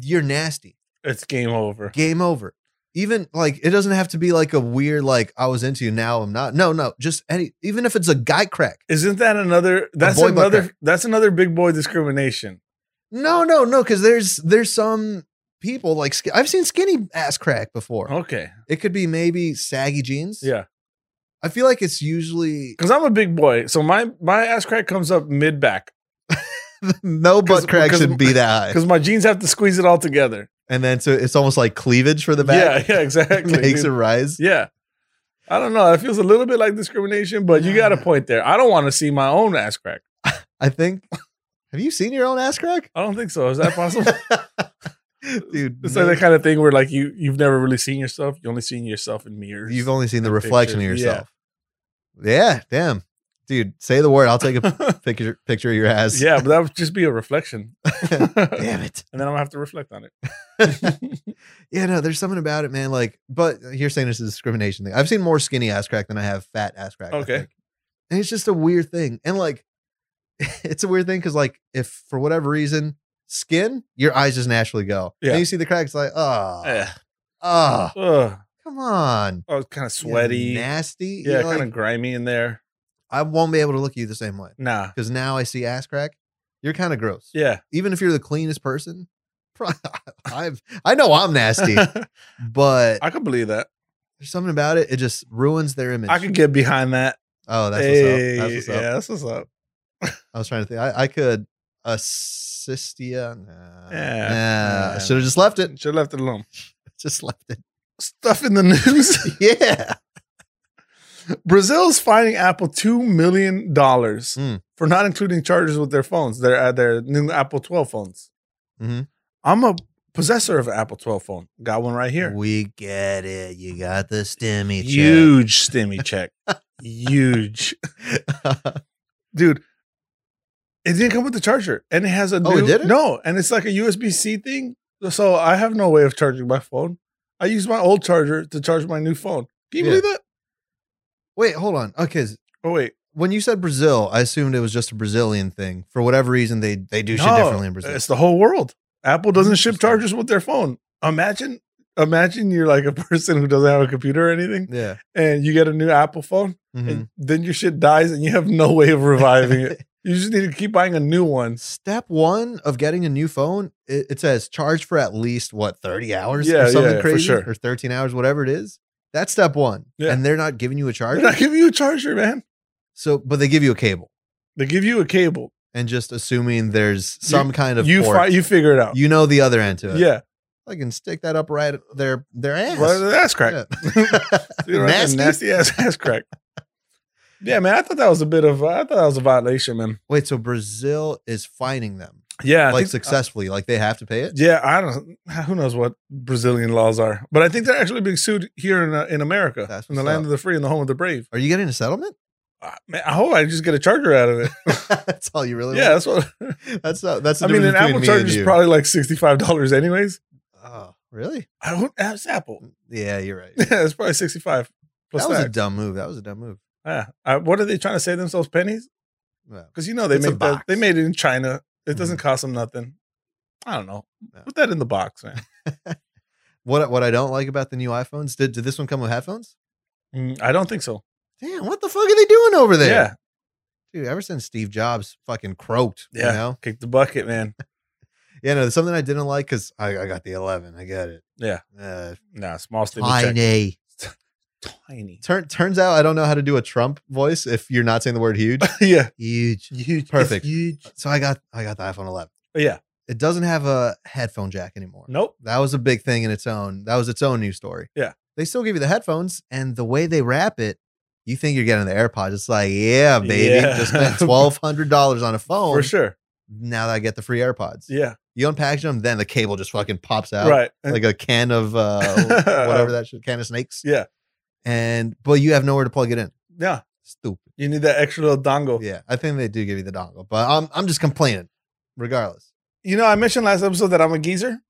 Speaker 2: you're nasty.
Speaker 1: It's game over.
Speaker 2: game over. Even like it doesn't have to be like a weird like I was into you now I'm not. No, no, just any even if it's a guy crack.
Speaker 1: Isn't that another that's
Speaker 2: boy butt
Speaker 1: another
Speaker 2: crack.
Speaker 1: that's another big boy discrimination.
Speaker 2: No, no, no, because there's there's some people like sk- I've seen skinny ass crack before.
Speaker 1: Okay.
Speaker 2: It could be maybe saggy jeans.
Speaker 1: Oh. Yeah.
Speaker 2: I feel like it's usually
Speaker 1: Because I'm a big boy, so my my ass crack comes up mid back
Speaker 2: no butt crack
Speaker 1: because-
Speaker 2: should be that high.
Speaker 1: because my jeans have to squeeze it all together.
Speaker 2: And then so it's almost like cleavage for the back.
Speaker 1: Yeah, yeah, exactly.
Speaker 2: makes it
Speaker 1: dude.
Speaker 2: rise.
Speaker 1: yeah, I don't know. It feels a little bit like discrimination, but you got a point there. I don't want to see my own ass crack.
Speaker 2: I think have you seen your own ass crack?
Speaker 1: I don't think so. Is that possible?
Speaker 2: Dude,
Speaker 1: it's
Speaker 2: maybe-
Speaker 1: like that kind of thing where like you you've never really seen yourself. You only seen yourself in mirrors.
Speaker 2: You've only seen the
Speaker 1: and
Speaker 2: reflection of
Speaker 1: pictures. Yeah.
Speaker 2: yourself. Yeah. damn. Dude, say the word. I'll take a picture picture of your ass.
Speaker 1: yeah, but that would just be a reflection. and then
Speaker 2: Damn it.
Speaker 1: I'm gonna have to reflect on it.
Speaker 2: Yeah, no, there's something about it, man. Like, but you're saying it's a discrimination thing. I've seen more skinny ass crack than I have fat ass crack. I
Speaker 1: Okay.
Speaker 2: think. And it's just a weird thing. And like it's a weird thing because like if for whatever reason, skin, your eyes just naturally go.
Speaker 1: Yeah. Eh.
Speaker 2: And you see the cracks like, oh,
Speaker 1: Ugh.
Speaker 2: oh,
Speaker 1: Ugh.
Speaker 2: come on.
Speaker 1: Oh, it's kind of
Speaker 2: You're
Speaker 1: sweaty.
Speaker 2: nasty.
Speaker 1: Yeah,
Speaker 2: You're
Speaker 1: kind
Speaker 2: like,
Speaker 1: of grimy in there.
Speaker 2: I won't be able to look at you the same way.
Speaker 1: Nah.
Speaker 2: because now I see ass crack. You're kind of gross.
Speaker 1: Yeah.
Speaker 2: Even if you're the cleanest person, pro- I've I know I'm nasty, but
Speaker 1: I could believe that.
Speaker 2: there's something about it. It just ruins their image.
Speaker 1: I could get behind that.
Speaker 2: oh, that's
Speaker 1: Hey,
Speaker 2: what's up. That's what's up.
Speaker 1: Yeah, that's what's up.
Speaker 2: I was trying to think. I, I could assistia. Nah,
Speaker 1: Yeah.
Speaker 2: Uh, I
Speaker 1: Yeah.
Speaker 2: should have just left it.
Speaker 1: Should have left it alone.
Speaker 2: Just left it.
Speaker 1: Stuff in the news.
Speaker 2: Yeah.
Speaker 1: Brazil's fining Apple two million dollars
Speaker 2: Mm.
Speaker 1: for not including chargers with their phones. Their uh, their new Apple 12 phones.
Speaker 2: Mhm.
Speaker 1: I'm a possessor of an Apple 12 phone. Got one right here.
Speaker 2: We get it. You got the stimmy check.
Speaker 1: Huge stimmy check. Huge, dude. It didn't come with the charger, and it has a
Speaker 2: Oh, it
Speaker 1: new-
Speaker 2: didn't?
Speaker 1: no, and it's like a USB C thing. So I have no way of charging my phone. I use my old charger to charge my new phone. Can you
Speaker 2: Yeah.
Speaker 1: believe that?
Speaker 2: Wait, hold on. Okay,
Speaker 1: Oh wait,
Speaker 2: when you said Brazil, I assumed it was just a Brazilian thing. For whatever reason, they they do shit
Speaker 1: No,
Speaker 2: differently in Brazil.
Speaker 1: It's the whole world. Apple doesn't ship
Speaker 2: Interesting.
Speaker 1: chargers with their phone. Imagine, imagine you're like a person who doesn't have a computer or anything,
Speaker 2: Yeah.
Speaker 1: and you get a new Apple phone,
Speaker 2: Mhm.
Speaker 1: and then your shit dies, and you have no way of reviving it. You just need to keep buying a new one.
Speaker 2: Step one of getting a new phone, it, it says charge for at least what thirty hours
Speaker 1: Yeah,
Speaker 2: or something
Speaker 1: yeah, for
Speaker 2: crazy,
Speaker 1: sure.
Speaker 2: or thirteen hours, whatever it is. That's step one,
Speaker 1: Yeah.
Speaker 2: and they're not giving you a
Speaker 1: They're
Speaker 2: charger.
Speaker 1: not giving you a charger, man.
Speaker 2: so, but they give you a cable,
Speaker 1: They give you a cable.
Speaker 2: and just assuming there's some kind of
Speaker 1: you
Speaker 2: port,
Speaker 1: fi- you figure it out.
Speaker 2: you know the other end to it.
Speaker 1: yeah,
Speaker 2: I can stick that up right their their ass.
Speaker 1: Well, that's correct.
Speaker 2: Yeah.
Speaker 1: Dude, right there,
Speaker 2: Nasty.
Speaker 1: nasty ass ass crack. Yeah, man, I thought that was a bit of I thought that was a violation, man.
Speaker 2: Wait, so Brazil is fining them
Speaker 1: Yeah, I think-
Speaker 2: like
Speaker 1: uh
Speaker 2: successfully, like they have to pay it.
Speaker 1: yeah, I don't. Who knows what Brazilian laws are, but I think they're actually being sued here in uh, in America,
Speaker 2: That's
Speaker 1: in the
Speaker 2: what's
Speaker 1: land
Speaker 2: up.
Speaker 1: of the free and the home of the brave.
Speaker 2: Are you getting a settlement?
Speaker 1: Uh, man, I hope I just get a charger out of it.
Speaker 2: that's all you really
Speaker 1: yeah, that's what.
Speaker 2: want. That's not, that's. The
Speaker 1: I mean, an
Speaker 2: difference
Speaker 1: Apple
Speaker 2: between me
Speaker 1: charger
Speaker 2: and
Speaker 1: is
Speaker 2: you.
Speaker 1: probably like sixty five dollars, anyways.
Speaker 2: Oh, really?
Speaker 1: I don't that's Apple.
Speaker 2: Mm, Yeah, you're right.
Speaker 1: Yeah, it's probably sixty five plus
Speaker 2: that was a
Speaker 1: that.
Speaker 2: dumb move. That was a dumb move.
Speaker 1: yeah. I, what are they trying to save themselves pennies?
Speaker 2: Yeah.
Speaker 1: Because you know they
Speaker 2: It's a
Speaker 1: made that,
Speaker 2: box. Mm-hmm.
Speaker 1: they made it in China. It doesn't cost them nothing. I don't know.
Speaker 2: Yeah.
Speaker 1: Put that in the box, man.
Speaker 2: What what I don't like about the new iPhones? Did did this one come with headphones?
Speaker 1: Mm, I don't think so.
Speaker 2: Damn, what the fuck are they doing over there?
Speaker 1: Yeah,
Speaker 2: dude. Ever since Steve Jobs fucking croaked,
Speaker 1: Yeah.
Speaker 2: you know.
Speaker 1: kick the bucket, man.
Speaker 2: Yeah, no, something I didn't like because I, I got the 11. I got it.
Speaker 1: Yeah.
Speaker 2: Uh,
Speaker 1: Nah, small stimulus check.
Speaker 2: tiny.
Speaker 1: Tiny.
Speaker 2: Turn, turns out I don't know how to do a Trump voice if you're not saying the word huge.
Speaker 1: yeah,
Speaker 2: huge.
Speaker 1: huge.
Speaker 2: Perfect.
Speaker 1: Huge.
Speaker 2: So I got I got the iPhone 11.
Speaker 1: Yeah.
Speaker 2: It doesn't have a headphone jack anymore.
Speaker 1: Nope.
Speaker 2: That was a big thing in its own. That was its own new story.
Speaker 1: Yeah.
Speaker 2: They still give you the headphones, and the way they wrap it, you think you're getting the AirPods. It's like, yeah, baby,
Speaker 1: Yeah.
Speaker 2: just spent twelve hundred dollars on a phone.
Speaker 1: For sure.
Speaker 2: Now that I get the free AirPods,
Speaker 1: Yeah.
Speaker 2: you unpackage them, then the cable just fucking pops out
Speaker 1: Right.
Speaker 2: like a can of uh, whatever that shit, can of snakes.
Speaker 1: Yeah.
Speaker 2: And but you have nowhere to plug it in.
Speaker 1: yeah.
Speaker 2: Stupid.
Speaker 1: You need that extra little dongle.
Speaker 2: Yeah, I think they do give you the dongle, but I'm I'm just complaining. Regardless,
Speaker 1: You know, I mentioned last episode that I'm a geezer.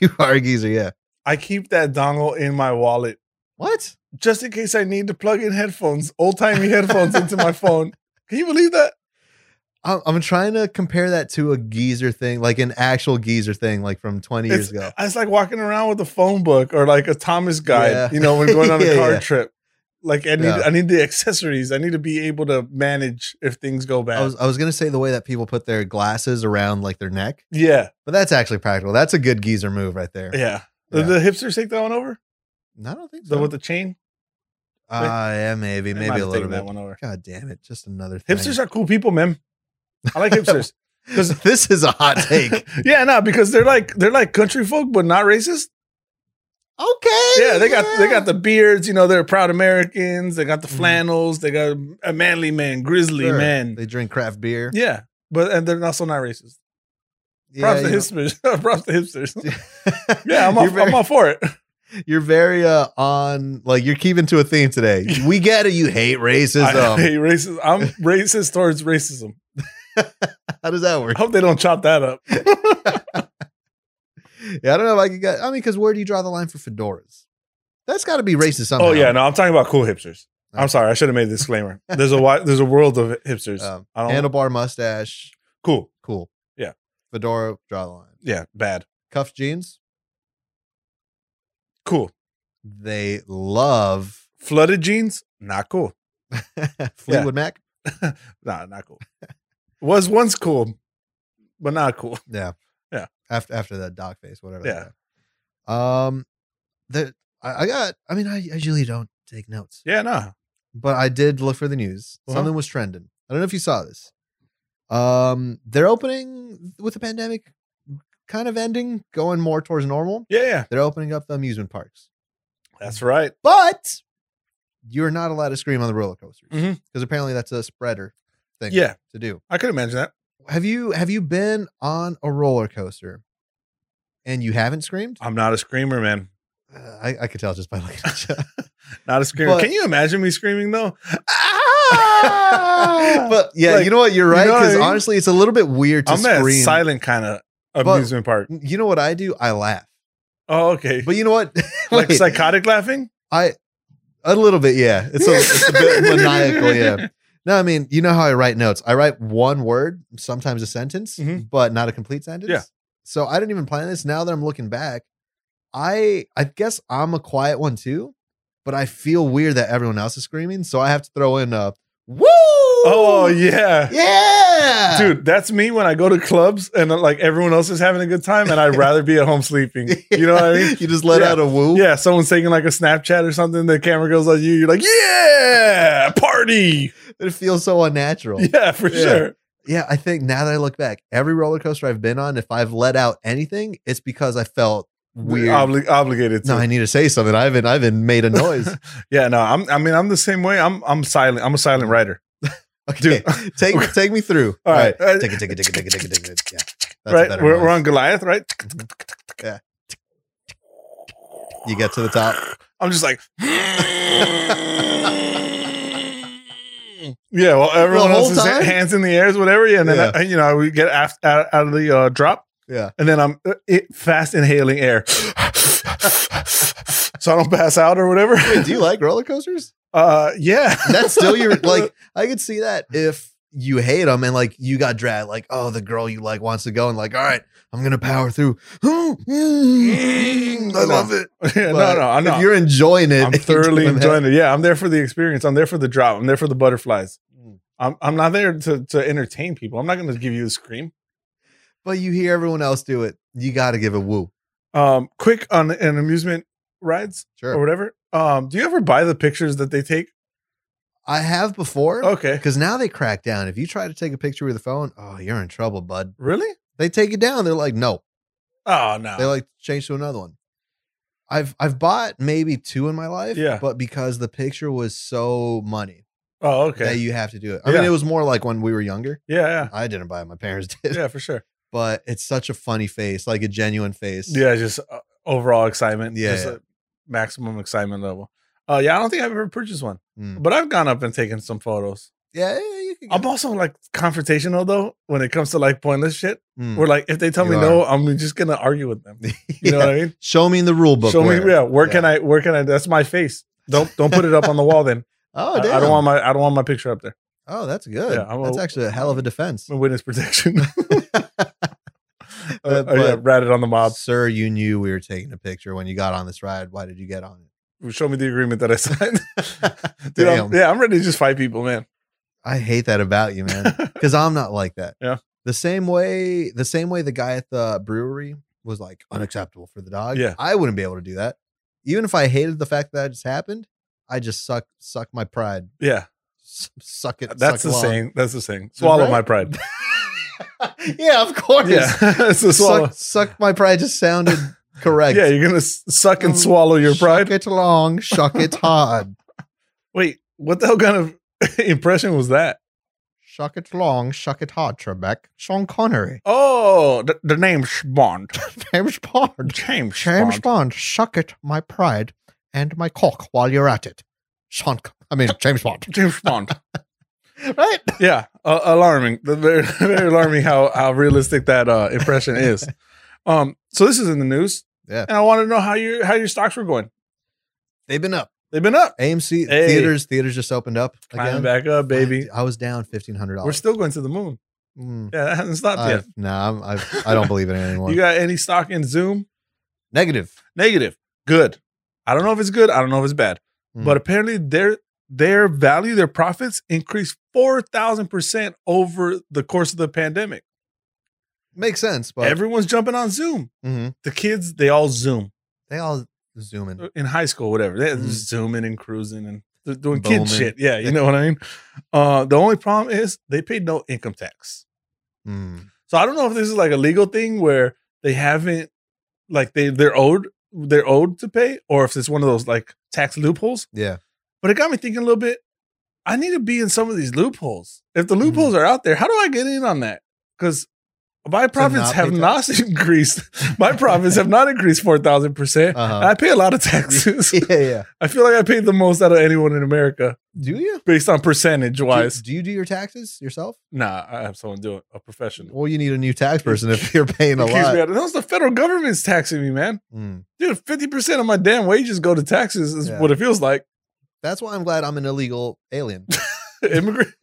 Speaker 2: you are a geezer. Yeah.
Speaker 1: I keep that dongle in my wallet
Speaker 2: What?
Speaker 1: just in case I need to plug in headphones, old timey headphones into my phone. Can you believe that?
Speaker 2: I'm, I'm trying to compare that to a geezer thing, like an actual geezer thing, like from 20 years
Speaker 1: it's,
Speaker 2: ago.
Speaker 1: It's like walking around with a phone book or like a Thomas guide,
Speaker 2: Yeah.
Speaker 1: you know, when going on a
Speaker 2: Yeah,
Speaker 1: car
Speaker 2: yeah.
Speaker 1: trip. Like I need
Speaker 2: Yeah.
Speaker 1: I need the accessories. I need to be able to manage if things go bad.
Speaker 2: I was I was gonna say the way that people put their glasses around like their neck,
Speaker 1: yeah,
Speaker 2: but that's actually practical. That's a good geezer move right there.
Speaker 1: yeah. Did the
Speaker 2: Yeah.
Speaker 1: hipsters take that one over?
Speaker 2: No, I don't think
Speaker 1: The
Speaker 2: so.
Speaker 1: with the chain?
Speaker 2: Ah, yeah, maybe,
Speaker 1: They might
Speaker 2: maybe
Speaker 1: have
Speaker 2: a little
Speaker 1: taken
Speaker 2: bit.
Speaker 1: that one over.
Speaker 2: God damn it! Just another thing.
Speaker 1: Hipsters are cool people, man. I like hipsters. 'cause-
Speaker 2: this is a hot take. okay.
Speaker 1: yeah, no, because they're like they're like country folk, but not racist. Yeah, they got they got the beards. You know, they're proud Americans. They got the
Speaker 2: Mhm.
Speaker 1: flannels. They got a manly man, grizzly
Speaker 2: Sure.
Speaker 1: man.
Speaker 2: They drink craft beer.
Speaker 1: yeah, but and they're also not racist. Props to hipsters. Props to hipsters.
Speaker 2: hipsters.
Speaker 1: Yeah, I'm all,
Speaker 2: you're very,
Speaker 1: I'm all for it.
Speaker 2: you're very uh, on. Like you're keeping to a theme today. We get it. You hate
Speaker 1: I
Speaker 2: racism.
Speaker 1: hate racism. I'm racist towards racism.
Speaker 2: How does that work?
Speaker 1: I hope they don't chop that up.
Speaker 2: Yeah, I don't know if I could get. I mean, because where do you draw the line for fedoras? That's got to be racist somehow.
Speaker 1: Oh yeah, no, I'm talking about cool hipsters. I'm
Speaker 2: Okay.
Speaker 1: sorry, I should have made a disclaimer. There's a wi- there's a world of hipsters.
Speaker 2: Um,
Speaker 1: I don't
Speaker 2: handlebar mustache,
Speaker 1: cool.
Speaker 2: cool.
Speaker 1: Yeah.
Speaker 2: Fedora, draw the line.
Speaker 1: Yeah, bad.
Speaker 2: Cuffed jeans,
Speaker 1: Cool.
Speaker 2: they love
Speaker 1: Flooded jeans, not cool.
Speaker 2: Fleetwood Mac.
Speaker 1: Nah, not cool. Was once cool, but not cool.
Speaker 2: Yeah,
Speaker 1: Yeah.
Speaker 2: After after that dog face, whatever.
Speaker 1: Yeah.
Speaker 2: that- Um, the I, I got. I mean, I, I usually don't take notes,
Speaker 1: Yeah, no.
Speaker 2: but I did look for the news.
Speaker 1: Uh-huh.
Speaker 2: Something was trending. I don't know if you saw this. Um, they're opening with the pandemic kind of ending, going more towards normal.
Speaker 1: Yeah, yeah.
Speaker 2: They're opening up the amusement parks, Mm,
Speaker 1: That's right.
Speaker 2: but you're not allowed to scream on the roller coasters because
Speaker 1: Mhm.
Speaker 2: apparently that's a spreader thing.
Speaker 1: Yeah.
Speaker 2: to do.
Speaker 1: I could imagine that.
Speaker 2: Have you have you been on a roller coaster and you haven't screamed?
Speaker 1: I'm not a screamer, man.
Speaker 2: Uh, I, I could tell just by looking at you.
Speaker 1: Not a screamer.
Speaker 2: But-
Speaker 1: Can you imagine me screaming though?
Speaker 2: but yeah,
Speaker 1: Ah! Like,
Speaker 2: you know what? You're
Speaker 1: you
Speaker 2: right.
Speaker 1: know what I
Speaker 2: Because
Speaker 1: mean?
Speaker 2: honestly, it's a little bit weird to
Speaker 1: I'm at
Speaker 2: scream.
Speaker 1: silent kind of amusement park.
Speaker 2: You know what I do? I laugh.
Speaker 1: Oh, okay.
Speaker 2: But you know what?
Speaker 1: like
Speaker 2: Wait,
Speaker 1: psychotic laughing?
Speaker 2: I a little bit. Yeah, it's a, it's a bit maniacal. Yeah. No, I mean, you know how I write notes. I write one word, sometimes a sentence,
Speaker 1: Mhm.
Speaker 2: but not a complete sentence.
Speaker 1: Yeah.
Speaker 2: So I didn't even plan this. Now that I'm looking back, I I guess I'm a quiet one too, but I feel weird that everyone else is screaming, so I have to throw in a woo.
Speaker 1: Oh yeah.
Speaker 2: yeah,
Speaker 1: Dude, that's me when I go to clubs and uh, like everyone else is having a good time and I'd rather be at home sleeping. You know what I mean?
Speaker 2: you just let
Speaker 1: Yeah.
Speaker 2: out a woo.
Speaker 1: Yeah, someone's taking like a Snapchat or something, the camera goes on you, you're like, yeah, party.
Speaker 2: It feels so unnatural.
Speaker 1: Yeah, for
Speaker 2: Yeah.
Speaker 1: sure.
Speaker 2: yeah, I think now that I look back, every roller coaster I've been on, if I've let out anything, it's because I felt weird.
Speaker 1: Obli- obligated to.
Speaker 2: no, I need to say something. I haven't. I haven't made a noise.
Speaker 1: yeah, no, I'm. I mean, I'm the same way. I'm. I'm silent. I'm a silent writer.
Speaker 2: Okay, take take me through.
Speaker 1: All right. Uh,
Speaker 2: take it, take it, take it, take it, take it, take it. Yeah, that's a
Speaker 1: right.
Speaker 2: better
Speaker 1: We're,
Speaker 2: noise.
Speaker 1: we're on Goliath, right?
Speaker 2: You get to the top.
Speaker 1: I'm just like. Yeah, well, everyone
Speaker 2: whole
Speaker 1: else is ha-
Speaker 2: time?
Speaker 1: hands in the air, whatever. Yeah, and then
Speaker 2: Yeah.
Speaker 1: I, you know we get af- out, out of the uh, drop,
Speaker 2: Yeah,
Speaker 1: and then I'm uh, it, fast inhaling air, so I don't pass out or whatever.
Speaker 2: Wait, do you like roller coasters?
Speaker 1: Uh, yeah,
Speaker 2: That's still your like. I could see that if you hate them and like you got dragged, like oh the girl you like wants to go and like all right I'm gonna power through. I love it.
Speaker 1: Yeah, no,
Speaker 2: But
Speaker 1: no, I'm
Speaker 2: if
Speaker 1: not.
Speaker 2: you're enjoying it,
Speaker 1: I'm
Speaker 2: and
Speaker 1: thoroughly
Speaker 2: doing that-
Speaker 1: enjoying it. Yeah, I'm there for the experience. I'm there for the drop. I'm there for the butterflies.
Speaker 2: Mm.
Speaker 1: I'm, I'm not there to, to entertain people. I'm not going to give you the scream.
Speaker 2: But you hear everyone else do it. You got to give a woo.
Speaker 1: Um, quick on an amusement rides or
Speaker 2: Sure,
Speaker 1: whatever. Um, do you ever buy the pictures that they take?
Speaker 2: I have before.
Speaker 1: Okay,
Speaker 2: Because now they crack down. If you try to take a picture with a phone, oh, you're in trouble, bud.
Speaker 1: really?
Speaker 2: They take it down. They're like, no.
Speaker 1: Oh no.
Speaker 2: They like change to another one. I've I've bought maybe two in my life.
Speaker 1: Yeah.
Speaker 2: But because the picture was so money
Speaker 1: oh
Speaker 2: that
Speaker 1: okay.
Speaker 2: you have to do it. I
Speaker 1: Yeah.
Speaker 2: mean, it was more like when we were younger.
Speaker 1: Yeah,
Speaker 2: I didn't buy it. My parents
Speaker 1: yeah,
Speaker 2: did.
Speaker 1: yeah, for sure.
Speaker 2: But it's such a funny face, like a genuine face.
Speaker 1: Yeah, just uh, overall excitement.
Speaker 2: Yeah,
Speaker 1: just
Speaker 2: yeah.
Speaker 1: uh, maximum excitement level. Uh, yeah, I don't think I've ever purchased one,
Speaker 2: Mm.
Speaker 1: but I've gone up and taken some photos.
Speaker 2: Yeah. yeah, you can
Speaker 1: I'm
Speaker 2: get-
Speaker 1: also like confrontational though when it comes to like pointless shit.
Speaker 2: Mm.
Speaker 1: We're like, if they tell
Speaker 2: You
Speaker 1: me no, I'm just gonna argue with them. You know what I mean?
Speaker 2: Show me in the rule book.
Speaker 1: Show
Speaker 2: where.
Speaker 1: me, yeah. Where can
Speaker 2: Yeah.
Speaker 1: I? Where can I? That's my face. Don't don't put it up on the wall. Then
Speaker 2: Oh,
Speaker 1: I, I
Speaker 2: damn.
Speaker 1: don't want my I don't want my picture up there.
Speaker 2: Oh, that's good.
Speaker 1: Yeah, I'm a-
Speaker 2: that's actually a hell of a defense.
Speaker 1: My witness protection. uh,
Speaker 2: But-
Speaker 1: oh, yeah,
Speaker 2: but-
Speaker 1: ratted on the mob.
Speaker 2: Sir, you knew we were taking a picture when you got on this ride. Why did you get on
Speaker 1: Show me the agreement that I signed.
Speaker 2: it?
Speaker 1: Dude, I'm-
Speaker 2: Damn.
Speaker 1: yeah, I'm ready to just fight people, man.
Speaker 2: I hate that about you, man. Because I'm not like that.
Speaker 1: Yeah.
Speaker 2: The same way, the same way the guy at the brewery was like unacceptable for the dog.
Speaker 1: Yeah.
Speaker 2: I wouldn't be able to do that. Even if I hated the fact that it just happened, I just suck suck my pride.
Speaker 1: yeah,
Speaker 2: S- suck it.
Speaker 1: Uh, that's
Speaker 2: suck
Speaker 1: the
Speaker 2: it along.
Speaker 1: saying. That's the saying. Swallow
Speaker 2: Right?
Speaker 1: my pride.
Speaker 2: yeah, of course.
Speaker 1: Yeah, so swallow.
Speaker 2: Suck, suck my pride just sounded correct.
Speaker 1: Yeah, you're gonna s- suck and
Speaker 2: Um,
Speaker 1: swallow your pride.
Speaker 2: Shuck it along, shuck it hard.
Speaker 1: Wait, what the hell kind of impression was that?
Speaker 2: Shuck it long, shuck it hard, Trebek. Sean Connery.
Speaker 1: Oh, the, the name's Bond.
Speaker 2: James Bond.
Speaker 1: James,
Speaker 2: James
Speaker 1: Bond.
Speaker 2: Bond, shuck it, my pride, and my cock while you're at it. Sean, C- I mean, James Bond.
Speaker 1: James Bond.
Speaker 2: Right?
Speaker 1: yeah, a- alarming. The Very, very alarming how how realistic that uh, impression is. Um, so this is in the news.
Speaker 2: Yeah.
Speaker 1: and I want to know how your how your stocks were going.
Speaker 2: They've been up.
Speaker 1: They've been up,
Speaker 2: AMC
Speaker 1: Hey.
Speaker 2: theaters, theaters just opened up
Speaker 1: climbing
Speaker 2: again.
Speaker 1: back up, baby.
Speaker 2: I, I was down fifteen hundred
Speaker 1: We're
Speaker 2: dollars.
Speaker 1: still going to the moon. Yeah, that hasn't stopped
Speaker 2: No,
Speaker 1: yet.
Speaker 2: I'm, I, I don't believe in it anymore.
Speaker 1: You got any stock in Zoom?
Speaker 2: Negative.
Speaker 1: Negative. Good. I don't know if it's good. I don't know if it's bad.
Speaker 2: Mm.
Speaker 1: But apparently their their value, their profits increased four thousand percent over the course of the pandemic.
Speaker 2: Makes sense, but
Speaker 1: Everyone's jumping on Zoom.
Speaker 2: Mhm.
Speaker 1: The kids, they all Zoom
Speaker 2: they all zoom in.
Speaker 1: uh, in high school, whatever. They're
Speaker 2: Mhm.
Speaker 1: just zooming and cruising and they're doing
Speaker 2: Bowman.
Speaker 1: kid shit. Yeah, you know what I mean. Uh, the only problem is they paid no income tax.
Speaker 2: Mm.
Speaker 1: So I don't know if this is like a legal thing where they haven't, like they they're owed they're owed to pay, or if it's one of those like tax loopholes.
Speaker 2: Yeah.
Speaker 1: But it got me thinking a little bit. I need to be in some of these loopholes. If
Speaker 2: Mm-hmm.
Speaker 1: the loopholes are out there, how do I get in on that? Because my profits
Speaker 2: not
Speaker 1: have
Speaker 2: pay
Speaker 1: not increased. My profits have not increased four thousand percent.
Speaker 2: Uh-huh.
Speaker 1: I pay a lot of taxes.
Speaker 2: yeah, yeah.
Speaker 1: I feel like I paid the most out of anyone in America
Speaker 2: Do you?
Speaker 1: based on percentage wise.
Speaker 2: Do, do you do your taxes yourself?
Speaker 1: Nah, I have someone do it, a professional.
Speaker 2: Well, you need a new tax person if you're paying a
Speaker 1: It keeps
Speaker 2: lot.
Speaker 1: me out of- That was the federal government's taxing me, man.
Speaker 2: Mm.
Speaker 1: Dude, fifty percent of my damn wages go to taxes. Is
Speaker 2: Yeah.
Speaker 1: what it feels like.
Speaker 2: That's why I'm glad I'm an illegal alien.
Speaker 1: Immigrant.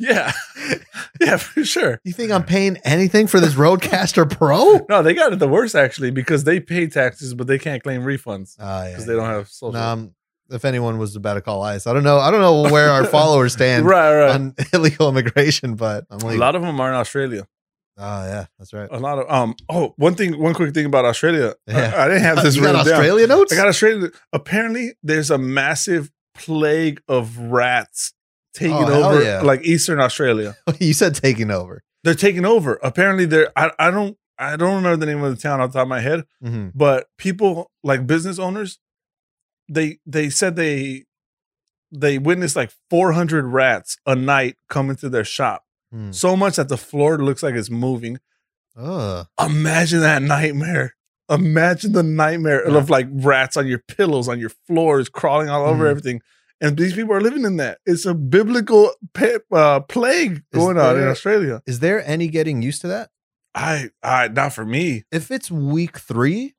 Speaker 1: yeah, yeah, for sure.
Speaker 2: You think I'm paying anything for this Roadcaster Pro? Uh,
Speaker 1: No, they got it the worst actually because they pay taxes, but they can't claim refunds
Speaker 2: Uh,
Speaker 1: because they don't have social.
Speaker 2: Um, if anyone was about to call ICE, I don't know. I don't know where our followers stand
Speaker 1: right, right.
Speaker 2: on illegal immigration, but I'm
Speaker 1: a
Speaker 2: like,
Speaker 1: lot of them are in Australia.
Speaker 2: oh yeah, that's right.
Speaker 1: A lot of um. Oh, one thing, one quick thing about Australia. I-
Speaker 2: Yeah.
Speaker 1: I, didn't have this
Speaker 2: you got
Speaker 1: written down.
Speaker 2: Australia notes?
Speaker 1: I got Australia. Apparently, there's a massive plague of rats taking
Speaker 2: Oh, hell
Speaker 1: over
Speaker 2: yeah.
Speaker 1: like Eastern Australia.
Speaker 2: you said taking over.
Speaker 1: They're taking over. Apparently, they're I, I don't I don't remember the name of the town off the top of my head,
Speaker 2: Mhm.
Speaker 1: but people like business owners, they they said they they witnessed like 400 rats a night coming to their shop.
Speaker 2: Hmm.
Speaker 1: So much that the floor looks like it's moving.
Speaker 2: Ugh.
Speaker 1: Imagine that nightmare. Imagine the nightmare
Speaker 2: Yeah.
Speaker 1: of like rats on your pillows, on your floors, crawling all over
Speaker 2: Mhm.
Speaker 1: everything. And these people are living in that. It's a biblical pe- uh, plague
Speaker 2: Is
Speaker 1: going on in
Speaker 2: there-
Speaker 1: Australia.
Speaker 2: Is there any getting used to that?
Speaker 1: I, I, not for me.
Speaker 2: If it's week three,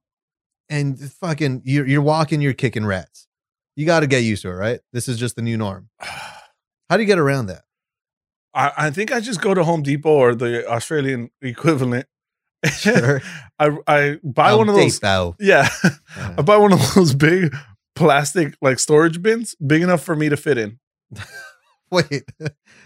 Speaker 2: and fucking you're you're walking, you're kicking rats. You got to get used to it, right? This is just the new norm. How do you get around that?
Speaker 1: I, I think I just go to Home Depot or the Australian equivalent.
Speaker 2: Sure.
Speaker 1: I, I buy
Speaker 2: Um,
Speaker 1: one of those.
Speaker 2: Depot.
Speaker 1: Yeah,
Speaker 2: Yeah.
Speaker 1: I buy one of those big plastic like storage bins, big enough for me to fit in,
Speaker 2: Wait,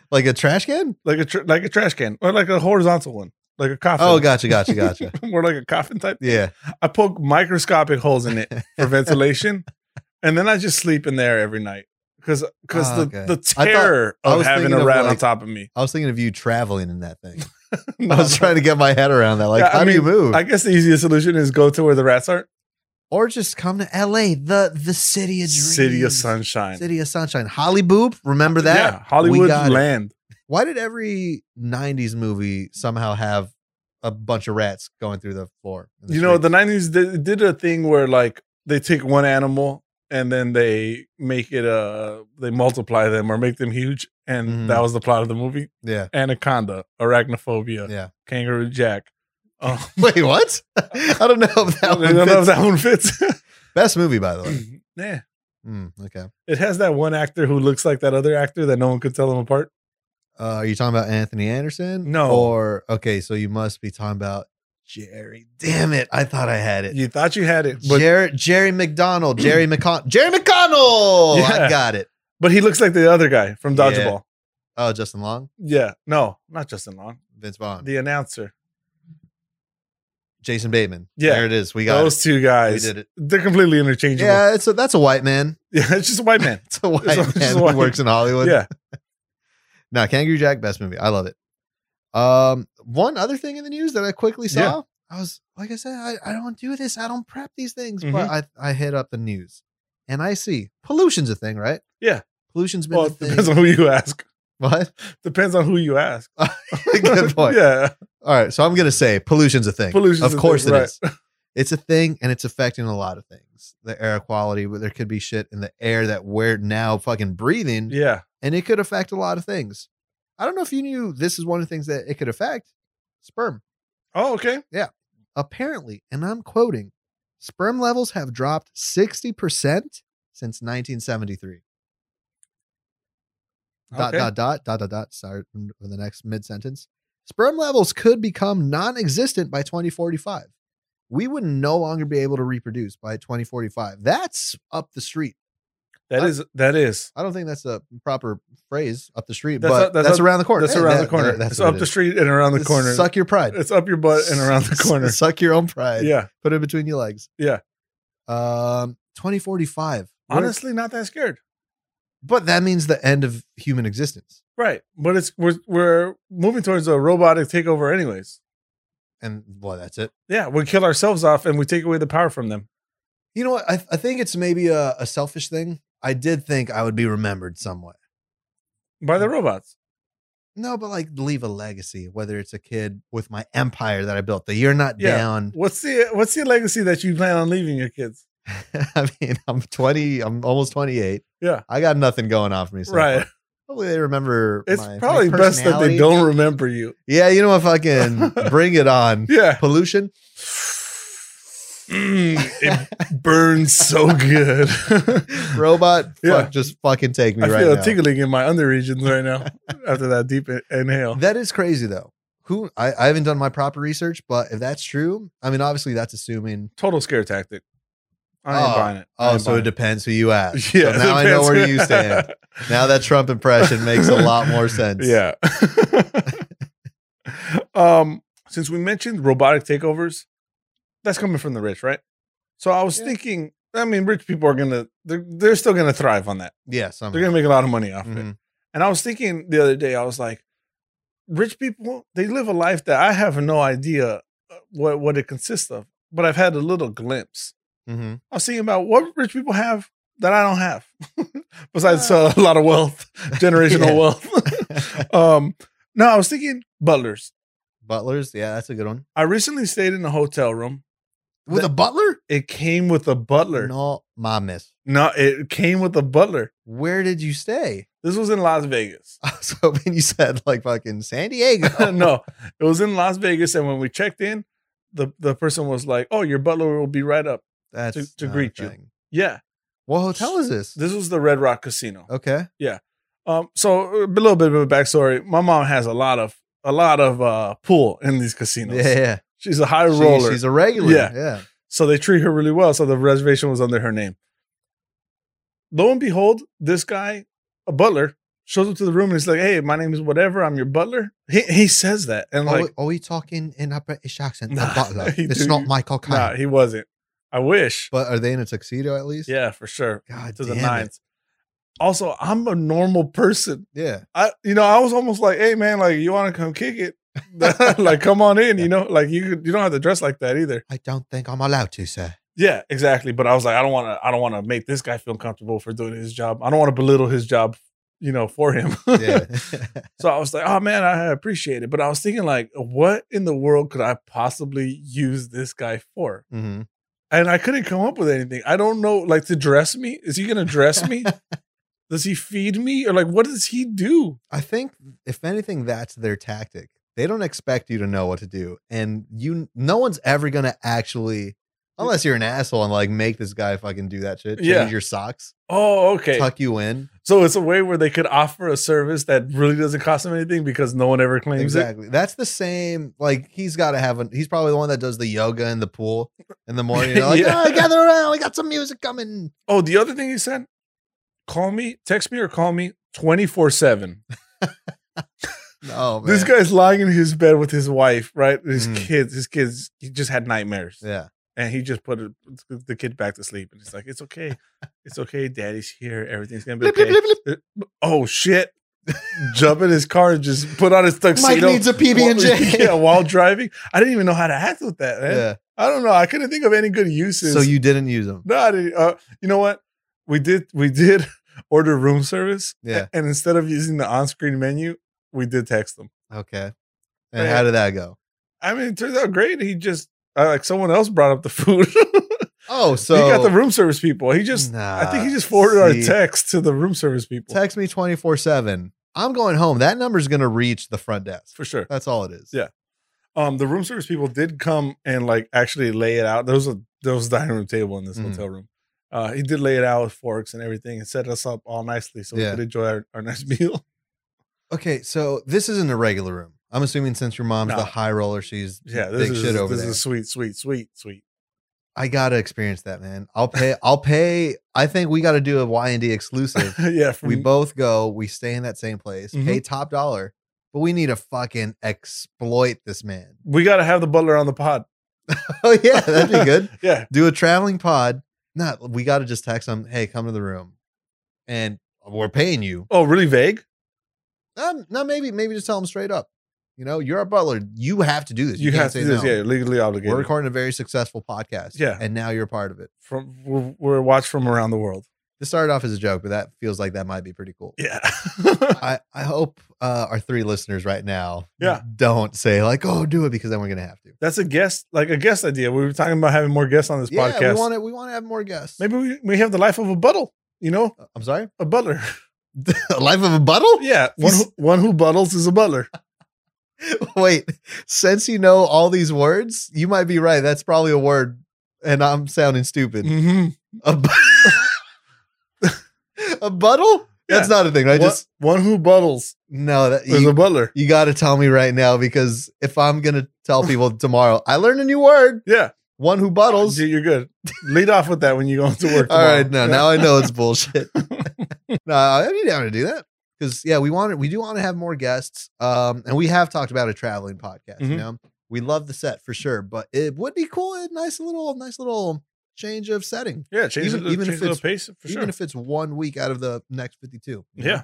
Speaker 2: like a trash can?
Speaker 1: like a tr- like a trash can or like a horizontal one, like a coffin.
Speaker 2: Oh, gotcha, gotcha, gotcha.
Speaker 1: more like a coffin type.
Speaker 2: yeah.
Speaker 1: I poke microscopic holes in it for ventilation, and then I just sleep in there every night because because
Speaker 2: Ah,
Speaker 1: the
Speaker 2: okay.
Speaker 1: the
Speaker 2: I thought-
Speaker 1: terror
Speaker 2: I
Speaker 1: of
Speaker 2: was
Speaker 1: having
Speaker 2: thinking
Speaker 1: a
Speaker 2: of,
Speaker 1: rat on
Speaker 2: like-
Speaker 1: top of me.
Speaker 2: I was thinking of you traveling in that thing. I was trying to get my head around that. Like,
Speaker 1: Yeah, I
Speaker 2: how do you
Speaker 1: mean,
Speaker 2: move?
Speaker 1: I guess the easiest solution is go to where the rats are.
Speaker 2: or just come to LA, the the city of dreams.
Speaker 1: City of Sunshine.
Speaker 2: City of Sunshine. Holly Boob, remember that?
Speaker 1: Yeah, Hollywood
Speaker 2: got it.
Speaker 1: land.
Speaker 2: Why did every 90s movie somehow have a bunch of rats going through the floor? in the
Speaker 1: You know,
Speaker 2: street?
Speaker 1: the 90s did, did a thing where like they take one animal and then they make it uh they multiply them or make them huge and
Speaker 2: Mhm.
Speaker 1: that was the plot of the movie.
Speaker 2: Yeah.
Speaker 1: Anaconda, arachnophobia,
Speaker 2: Yeah.
Speaker 1: kangaroo jack. Oh,
Speaker 2: Wait, what? I don't know if
Speaker 1: I
Speaker 2: that one
Speaker 1: don't know if
Speaker 2: fits.
Speaker 1: that one fits.
Speaker 2: Best movie, by the way.
Speaker 1: yeah.
Speaker 2: Mm, okay.
Speaker 1: It has that one actor who looks like that other actor that no one could tell them apart.
Speaker 2: Uh, are you talking about Anthony Anderson?
Speaker 1: No.
Speaker 2: Or okay, so you must be talking about Jerry. Damn it! I thought I had it.
Speaker 1: You thought you had it, but
Speaker 2: Jerry, Jerry McDonald, Jerry McCon, Jerry McConnell. I
Speaker 1: Yeah.
Speaker 2: got it.
Speaker 1: but he looks like the other guy from
Speaker 2: Yeah.
Speaker 1: Dodgeball.
Speaker 2: Oh, Justin Long,
Speaker 1: Yeah. No, not Justin Long.
Speaker 2: Vince Vaughn,
Speaker 1: The announcer.
Speaker 2: Jason Bateman.
Speaker 1: Yeah.
Speaker 2: there it is. We got
Speaker 1: Those two
Speaker 2: it. We
Speaker 1: guys.
Speaker 2: did it.
Speaker 1: They're completely interchangeable. Yeah.
Speaker 2: Yeah, it's a, that's a white man.
Speaker 1: it's just a white man.
Speaker 2: It's a white
Speaker 1: It's just
Speaker 2: man
Speaker 1: white.
Speaker 2: who works in Hollywood.
Speaker 1: yeah.
Speaker 2: No, Kangaroo Jack, best movie. I love it. Um, one other thing in the news that I quickly saw,
Speaker 1: Yeah.
Speaker 2: I was like I said, I, I don't do this, I don't prep these things,
Speaker 1: Mm-hmm.
Speaker 2: but I, I hit up the news and I see pollution's a thing, right?
Speaker 1: Yeah.
Speaker 2: Pollution's been
Speaker 1: Well,
Speaker 2: a
Speaker 1: it depends
Speaker 2: thing.
Speaker 1: on who you ask.
Speaker 2: What?
Speaker 1: Depends on who you ask.
Speaker 2: Good point.
Speaker 1: yeah.
Speaker 2: All right, so I'm gonna say pollution's a thing.
Speaker 1: Pollution's a
Speaker 2: of
Speaker 1: thing,
Speaker 2: course it
Speaker 1: right.
Speaker 2: is. It's a thing, and it's affecting a lot of things. The air quality, but there could be shit in the air that we're now fucking breathing,
Speaker 1: Yeah.
Speaker 2: and it could affect a lot of things. I don't know if you knew this is one of the things that it could affect sperm.
Speaker 1: Oh, okay.
Speaker 2: Apparently, and I'm quoting, sperm levels have dropped sixty percent since 1973. Dot
Speaker 1: Okay.
Speaker 2: dot dot dot dot dot. Sorry for the next mid sentence. Sperm levels could become non-existent by 2045. We would no longer be able to reproduce by 2045. That's up the street.
Speaker 1: That is that is.
Speaker 2: I don't think that's a proper phrase, up the street,
Speaker 1: That's
Speaker 2: but
Speaker 1: up- that's
Speaker 2: that's,
Speaker 1: up-
Speaker 2: around the corner.
Speaker 1: That's
Speaker 2: Hey,
Speaker 1: around
Speaker 2: that-
Speaker 1: the corner.
Speaker 2: that- that's
Speaker 1: it's
Speaker 2: what
Speaker 1: up
Speaker 2: it
Speaker 1: the
Speaker 2: is.
Speaker 1: street and around the
Speaker 2: Just
Speaker 1: corner.
Speaker 2: Suck your pride.
Speaker 1: It's up your butt and around the corner.
Speaker 2: Suck your own pride.
Speaker 1: Yeah.
Speaker 2: Put it between your legs.
Speaker 1: Yeah.
Speaker 2: Um, 2045. We're-
Speaker 1: Honestly, not that scared.
Speaker 2: but that means the end of human existence.
Speaker 1: Right. But it's we're we're moving towards a robotic takeover anyways.
Speaker 2: And well, that's it.
Speaker 1: Yeah, we kill ourselves off and we take away the power from them.
Speaker 2: You know what? I, I think it's maybe a, a selfish thing. I did think I would be remembered somewhat.
Speaker 1: By
Speaker 2: Hmm.
Speaker 1: the robots.
Speaker 2: No, but like leave a legacy, whether it's a kid with my empire that I built, the You're Not
Speaker 1: Yeah.
Speaker 2: Down.
Speaker 1: What's the what's the legacy that you plan on leaving your kids?
Speaker 2: I mean, I'm 20, I'm almost 28.
Speaker 1: Yeah.
Speaker 2: I got nothing going on for me. So
Speaker 1: right.
Speaker 2: far. Hopefully they remember.
Speaker 1: It's
Speaker 2: my- my
Speaker 1: probably best that they
Speaker 2: personality.
Speaker 1: don't remember you.
Speaker 2: Yeah, you know what? Fucking bring it on.
Speaker 1: Yeah.
Speaker 2: Pollution.
Speaker 1: Mm, it burns so good.
Speaker 2: Robot,
Speaker 1: Yeah.
Speaker 2: fuck, just fucking take me
Speaker 1: I
Speaker 2: right
Speaker 1: feel
Speaker 2: now.
Speaker 1: a tingling in my under regions right now after that deep in- inhale.
Speaker 2: That is crazy though. Who I, I haven't done my proper research, but if that's true, I mean obviously that's assuming.
Speaker 1: Total scare tactic. I ain't
Speaker 2: Oh,
Speaker 1: buying it. I
Speaker 2: Oh,
Speaker 1: ain't
Speaker 2: so it
Speaker 1: buying
Speaker 2: depends who you ask. So
Speaker 1: Yeah.
Speaker 2: now I know
Speaker 1: depends.
Speaker 2: where you stand. now that Trump impression makes a lot more sense.
Speaker 1: Yeah. um, since we mentioned robotic takeovers, that's coming from the rich, right? So I was
Speaker 2: Yeah.
Speaker 1: thinking, I mean, rich people are gonna they're they're still gonna thrive on that.
Speaker 2: Yeah. Somehow.
Speaker 1: They're gonna make a lot of money off it.
Speaker 2: Mhm.
Speaker 1: And I was thinking the other day, I was like, rich people, they live a life that I have no idea uh, what what it consists of, but I've had a little glimpse.
Speaker 2: Mm-hmm.
Speaker 1: I was thinking about what rich people have that I don't have, besides uh, a lot of wealth, generational
Speaker 2: Yeah. Mm-hmm.
Speaker 1: wealth. um, no, I was thinking butlers.
Speaker 2: Butlers, yeah, that's a good one.
Speaker 1: I recently stayed in a hotel room.
Speaker 2: With
Speaker 1: The-
Speaker 2: a butler?
Speaker 1: It came with a butler. No,
Speaker 2: No, my miss.
Speaker 1: it came with a butler.
Speaker 2: Where did you stay?
Speaker 1: This was in Las Vegas.
Speaker 2: I was hoping you said like fucking San Diego.
Speaker 1: no, it was in Las Vegas, and when we checked in, the the person was like, "Oh, your butler will be right up."
Speaker 2: that's
Speaker 1: to
Speaker 2: not a
Speaker 1: greet you.
Speaker 2: thing.
Speaker 1: Yeah,
Speaker 2: What hotel is this?
Speaker 1: this was the Red Rock Casino.
Speaker 2: Okay.
Speaker 1: Um, so a little bit of a backstory. My mom has a lot of a lot of uh, pool in these casinos.
Speaker 2: Yeah, yeah.
Speaker 1: She's a high
Speaker 2: She-
Speaker 1: roller,
Speaker 2: she's a regular.
Speaker 1: Yeah.
Speaker 2: Yeah.
Speaker 1: so they treat her really well. So the reservation was under her name. Lo and behold, this guy, a butler, shows up to the room and he's like, "Hey, my name is whatever. I'm your butler." He he says that, and
Speaker 2: Are,
Speaker 1: like,
Speaker 2: we, are we talking in a British accent?
Speaker 1: Nah,
Speaker 2: a butler.
Speaker 1: he
Speaker 2: It's
Speaker 1: do-
Speaker 2: not Michael Caine.
Speaker 1: nah, he wasn't. I wish.
Speaker 2: But are they in a tuxedo at least?
Speaker 1: Yeah, for sure.
Speaker 2: God
Speaker 1: to the
Speaker 2: damn it.
Speaker 1: nines. Also, I'm a normal person.
Speaker 2: Yeah.
Speaker 1: I, you know, I was almost like, "Hey, man, like, you want to come kick it? like, come on in." You know, like, you could- you don't have to dress like that either.
Speaker 2: I don't think I'm allowed to, sir.
Speaker 1: Yeah, exactly. But I was like, I don't want to. I don't want to make this guy feel uncomfortable for doing his job. I don't want to belittle his job, you know, for him.
Speaker 2: Yeah.
Speaker 1: so I was like, oh man, I appreciate it. But I was thinking, like, what in the world could I possibly use this guy for?
Speaker 2: hmm
Speaker 1: And I couldn't come up with anything. I don't know, like, to dress me. Is he gonna dress me? does he feed me, or like, what does he do?
Speaker 2: I think if anything, that's their tactic. They don't expect you to know what to do, and you no one's ever gonna actually, unless you're an asshole and like make this guy fucking do that shit, change
Speaker 1: Yeah.
Speaker 2: your socks,
Speaker 1: Oh, okay.
Speaker 2: tuck you in,
Speaker 1: So it's a way where they could offer a service that really doesn't cost them anything because no one ever claims it.
Speaker 2: exactly. That's the same. Like he's got to have. An, he's probably the one that does the yoga in the pool in the morning. You know, like,
Speaker 1: Yeah.
Speaker 2: "Oh, gather around, we got some music coming.
Speaker 1: Oh, the other thing he said, call me, text me or call me 24 7.
Speaker 2: No, man.
Speaker 1: This guy's lying in his bed with his wife, right? His
Speaker 2: Mhm.
Speaker 1: kids, his kids, he just had nightmares.
Speaker 2: Yeah,
Speaker 1: And he just put it- the kid back to sleep. And he's like, it's okay. It's okay. Daddy's here. Everything's going to be
Speaker 2: Blip, blip,
Speaker 1: okay.
Speaker 2: blip, blip.
Speaker 1: Oh, shit. Jump in his car and just put on his
Speaker 2: Mike
Speaker 1: tuxedo.
Speaker 2: needs a PB and J.
Speaker 1: yeah, while driving. I didn't even know how to act with that, man.
Speaker 2: yeah.
Speaker 1: I don't know. I couldn't think of any good uses.
Speaker 2: So you didn't use them.
Speaker 1: No, I didn't- uh, you know what? We did we did order room service.
Speaker 2: Yeah.
Speaker 1: And instead of using the on-screen menu, we did text them.
Speaker 2: Okay. And
Speaker 1: Yeah.
Speaker 2: how did that go?
Speaker 1: I mean, it turns out great. He just uh, like someone else brought up the food.
Speaker 2: Oh, so
Speaker 1: he got the room service people. He just I think he
Speaker 2: Nah,
Speaker 1: just forwarded
Speaker 2: see,
Speaker 1: our text to the room service people.
Speaker 2: Text me 24 7. I'm going home. That number's going to reach the front desk.
Speaker 1: For sure.
Speaker 2: That's all it is.
Speaker 1: Yeah. Um, the room service people did come and like actually lay it out. There was a there was a dining room table in this
Speaker 2: Mhm.
Speaker 1: hotel room. Uh, he did lay it out with forks and everything and set us up all nicely so we
Speaker 2: Yeah.
Speaker 1: could enjoy our, our nice meal.
Speaker 2: Okay. So this isn't a regular room. I'm assuming since your mom's
Speaker 1: No.
Speaker 2: the high roller, she's
Speaker 1: Yeah, this
Speaker 2: big
Speaker 1: is
Speaker 2: shit over
Speaker 1: this
Speaker 2: there.
Speaker 1: is sweet, sweet, sweet, sweet.
Speaker 2: I got to experience that, man. I'll pay. I'll pay. I think we got to do a Y&D exclusive.
Speaker 1: yeah, from,
Speaker 2: we both go, we stay in that same place,
Speaker 1: Mhm.
Speaker 2: pay top dollar, but we need to fucking exploit this man.
Speaker 1: we got to have the butler on the pod.
Speaker 2: Oh, yeah. That'd be good.
Speaker 1: Yeah,
Speaker 2: do a traveling pod. Not we got to just text them. Hey, come to the room, and we're paying you.
Speaker 1: Oh, really vague?
Speaker 2: Um, no, maybe maybe just tell them straight up. You know, you're a butler. You have to do this.
Speaker 1: You, have to do this. Yeah, you're legally obligated.
Speaker 2: we're recording a very successful podcast.
Speaker 1: Yeah.
Speaker 2: and now you're a part of it.
Speaker 1: from we're, we're watched from around the world.
Speaker 2: This started off as a joke, but that feels like that might be pretty cool.
Speaker 1: Yeah.
Speaker 2: I I hope uh, our three listeners right now,
Speaker 1: Yeah.
Speaker 2: don't say like, oh, do it because then we're gonna have to.
Speaker 1: That's a guest, like a guest idea. We were talking about having more guests on this
Speaker 2: yeah,
Speaker 1: podcast.
Speaker 2: we want to we want to have more guests. Uh,
Speaker 1: Maybe we, we have the life of a buttle, you know,
Speaker 2: I'm sorry,
Speaker 1: a butler.
Speaker 2: life of a buttle.
Speaker 1: Yeah, one who, one who buttles is a butler.
Speaker 2: Wait, since you know all these words, you might be right. That's probably a word, and I'm sounding stupid.
Speaker 1: Mm-hmm.
Speaker 2: A, bu- a buttle? That's not a thing. Right?
Speaker 1: one,
Speaker 2: Just
Speaker 1: one who buttles
Speaker 2: no. That
Speaker 1: is a
Speaker 2: you,
Speaker 1: butler.
Speaker 2: you got to tell me right now because if I'm gonna tell people tomorrow, I learned a new word.
Speaker 1: Yeah,
Speaker 2: One who buttles.
Speaker 1: you're good. Lead off with that when you go into work.
Speaker 2: All right, no,
Speaker 1: tomorrow.
Speaker 2: now I know it's bullshit. no, I'd be down to do that because yeah, we want we do want to have more guests, um, and we have talked about a traveling podcast. You
Speaker 1: Mhm.
Speaker 2: know, we love the set for sure, but it would be cool, a nice little, nice little change of setting,
Speaker 1: Yeah, change
Speaker 2: Even-
Speaker 1: the,
Speaker 2: even
Speaker 1: change
Speaker 2: if
Speaker 1: the
Speaker 2: it's-
Speaker 1: pace for
Speaker 2: even
Speaker 1: sure.
Speaker 2: if it's one week out of the next fifty-two. you know?
Speaker 1: yeah,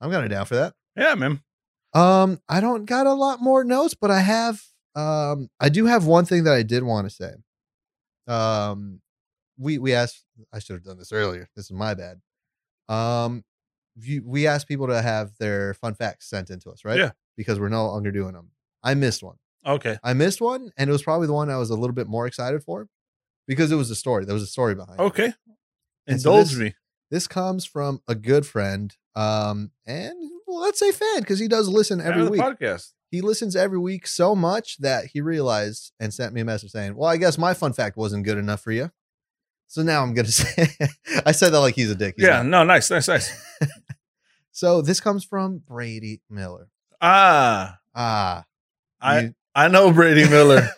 Speaker 2: I'm kind of down for that.
Speaker 1: yeah, man.
Speaker 2: Um, I don't got a lot more notes, but I have Um, I do have one thing that I did want to say. Um, we we asked. I should have done this earlier. This is my bad. Um, you, we asked people to have their fun facts sent into us, right?
Speaker 1: Yeah.
Speaker 2: Because we're no longer doing them. I missed one.
Speaker 1: Okay.
Speaker 2: I missed one, and it was probably the one I was a little bit more excited for because it was a story. There was a story behind. it.
Speaker 1: Okay.
Speaker 2: And so
Speaker 1: Indulge
Speaker 2: this-
Speaker 1: me.
Speaker 2: This comes from a good friend, um, and well, let's say fan because he does listen every
Speaker 1: Have the
Speaker 2: week.
Speaker 1: podcast.
Speaker 2: he listens every week so much that he realized and sent me a message saying, "Well, I guess my fun fact wasn't good enough for you." So now I'm gonna say, I said that like he's a dick. He's
Speaker 1: Yeah.
Speaker 2: not.
Speaker 1: No. Nice. Nice. Nice.
Speaker 2: So this comes from Brady Miller.
Speaker 1: Ah,
Speaker 2: Ah,
Speaker 1: I
Speaker 2: you-
Speaker 1: I know Brady Miller.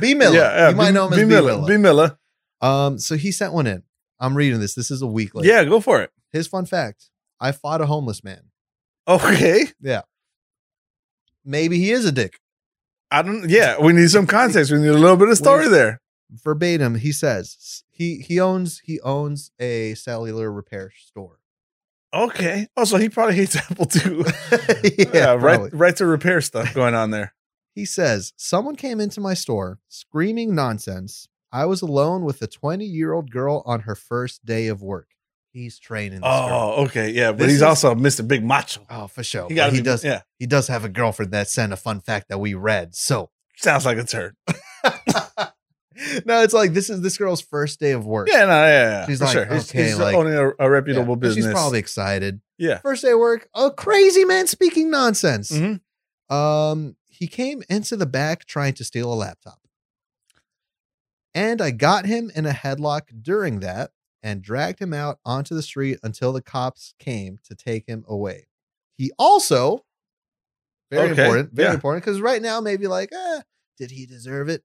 Speaker 2: B Miller.
Speaker 1: Yeah. yeah,
Speaker 2: you might know him as B, Miller.
Speaker 1: B Miller.
Speaker 2: Um, so he sent one in. I'm reading this. This is a week later.
Speaker 1: yeah. Go for it.
Speaker 2: His fun fact: I fought a homeless man.
Speaker 1: Okay.
Speaker 2: Maybe he is a dick.
Speaker 1: I don't. Yeah. We need some context. We need a little bit of story
Speaker 2: We-
Speaker 1: there.
Speaker 2: verbatim he says s- he he owns he owns a cellular repair store
Speaker 1: Okay. Oh, so he probably hates Apple too.
Speaker 2: Yeah, probably.
Speaker 1: right. Right to repair stuff going on there.
Speaker 2: he says someone came into my store screaming nonsense i was alone with a 20 year old girl on her first day of work he's training this girl.
Speaker 1: Oh, okay. Yeah, but
Speaker 2: This
Speaker 1: he's
Speaker 2: is-
Speaker 1: also Mr. Big Macho.
Speaker 2: oh for sure
Speaker 1: He
Speaker 2: But
Speaker 1: got
Speaker 2: he does
Speaker 1: Yeah,
Speaker 2: he does have a girlfriend that sent a fun fact that we read so
Speaker 1: sounds like a turd.
Speaker 2: no it's like this is this girl's first day of work
Speaker 1: Yeah, no, yeah, yeah.
Speaker 2: She's
Speaker 1: for
Speaker 2: like,
Speaker 1: sure. He's,
Speaker 2: okay,
Speaker 1: he's
Speaker 2: like-
Speaker 1: owning a, a
Speaker 2: Yeah,
Speaker 1: reputable
Speaker 2: but
Speaker 1: business.
Speaker 2: she's probably excited
Speaker 1: yeah.
Speaker 2: first day of work, a crazy man speaking nonsense.
Speaker 1: Mhm.
Speaker 2: Um, he came into the back trying to steal a laptop. And I got him in a headlock during that and dragged him out onto the street until the cops came to take him away. He also, very
Speaker 1: Okay,
Speaker 2: important, very
Speaker 1: yeah.
Speaker 2: important, because right now, maybe like, eh, did he deserve it?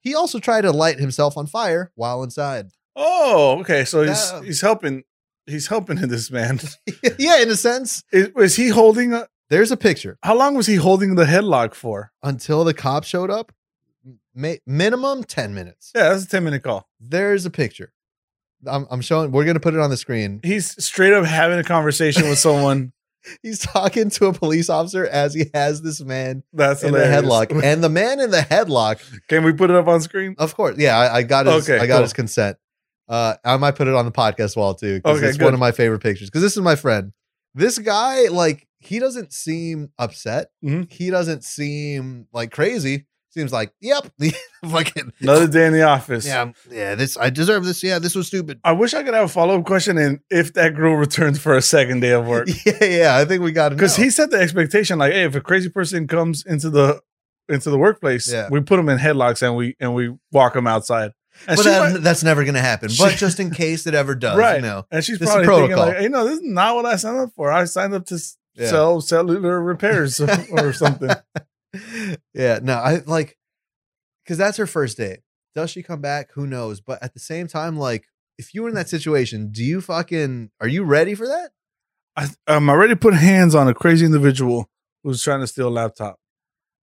Speaker 2: He also tried to light himself on fire while inside.
Speaker 1: Oh, okay. So he's
Speaker 2: That- um
Speaker 1: he's helping. He's helping this man.
Speaker 2: yeah, in a sense,
Speaker 1: Is, was he holding? A,
Speaker 2: there's a picture.
Speaker 1: how long was he holding the headlock for?
Speaker 2: until the cop showed up ma- minimum 10 minutes
Speaker 1: Yeah, that's a ten minute call.
Speaker 2: there's a picture I'm, I'm showing we're gonna put it on the screen
Speaker 1: He's straight up having a conversation with someone.
Speaker 2: he's talking to a police officer as he has this man
Speaker 1: That's
Speaker 2: in
Speaker 1: hilarious.
Speaker 2: the headlock and the man in the headlock
Speaker 1: Can we put it up on screen?
Speaker 2: of course yeah i, I got his
Speaker 1: Okay,
Speaker 2: i got
Speaker 1: cool.
Speaker 2: his consent uh i might put it on the podcast wall too because
Speaker 1: Okay,
Speaker 2: it's one
Speaker 1: good.
Speaker 2: of my favorite pictures because this is my friend this guy like he doesn't seem upset
Speaker 1: Mhm.
Speaker 2: he doesn't seem like crazy seems like yep fucking
Speaker 1: Another day in the office.
Speaker 2: Yeah, I'm- yeah. This I deserve this. Yeah, this was stupid.
Speaker 1: I wish I could have a follow up question. And if that girl returns for a second day of work,
Speaker 2: Yeah, yeah. I think we got it
Speaker 1: because he set the expectation like hey if a crazy person comes into the into the workplace
Speaker 2: Yeah.
Speaker 1: we put them in headlocks and we and we walk them outside and,
Speaker 2: But
Speaker 1: she
Speaker 2: that-
Speaker 1: might-
Speaker 2: that's never gonna happen.
Speaker 1: She-
Speaker 2: but just in case it ever does,
Speaker 1: Right.
Speaker 2: you know.
Speaker 1: and she's
Speaker 2: this is
Speaker 1: probably thinking
Speaker 2: protocol.
Speaker 1: like hey no this is not what i signed up for i signed up to s
Speaker 2: Yeah.
Speaker 1: sell cellular repairs or something
Speaker 2: yeah. No, I like because that's her first date. Does she come back? Who knows? But at the same time, like if you were in that situation, do you fucking are you ready for that?
Speaker 1: I, i'm already put hands on a crazy individual who's trying to steal a laptop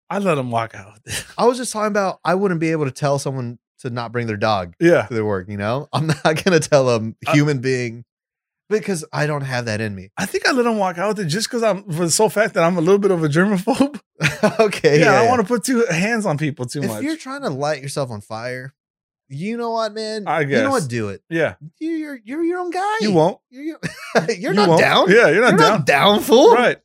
Speaker 1: i let him walk out
Speaker 2: I was just talking about I wouldn't be able to tell someone to not bring their dog
Speaker 1: yeah
Speaker 2: to their work. You know, I'm not gonna tell them
Speaker 1: Uh,
Speaker 2: human being because I don't have that in me.
Speaker 1: i think i let him walk out there just because i'm for the sole fact that i'm a little bit of a germaphobe yeah,
Speaker 2: okay.
Speaker 1: i don't want to put two hands on people too
Speaker 2: if
Speaker 1: much
Speaker 2: you're trying to light yourself on fire, you know what, man?
Speaker 1: I
Speaker 2: You know
Speaker 1: guess.
Speaker 2: what? Do it.
Speaker 1: yeah
Speaker 2: You, you're you're your own guy.
Speaker 1: you won't
Speaker 2: You're, your- you're
Speaker 1: You
Speaker 2: not
Speaker 1: won't.
Speaker 2: down.
Speaker 1: Yeah, you're not
Speaker 2: You're
Speaker 1: down.
Speaker 2: not down, fool.
Speaker 1: Right.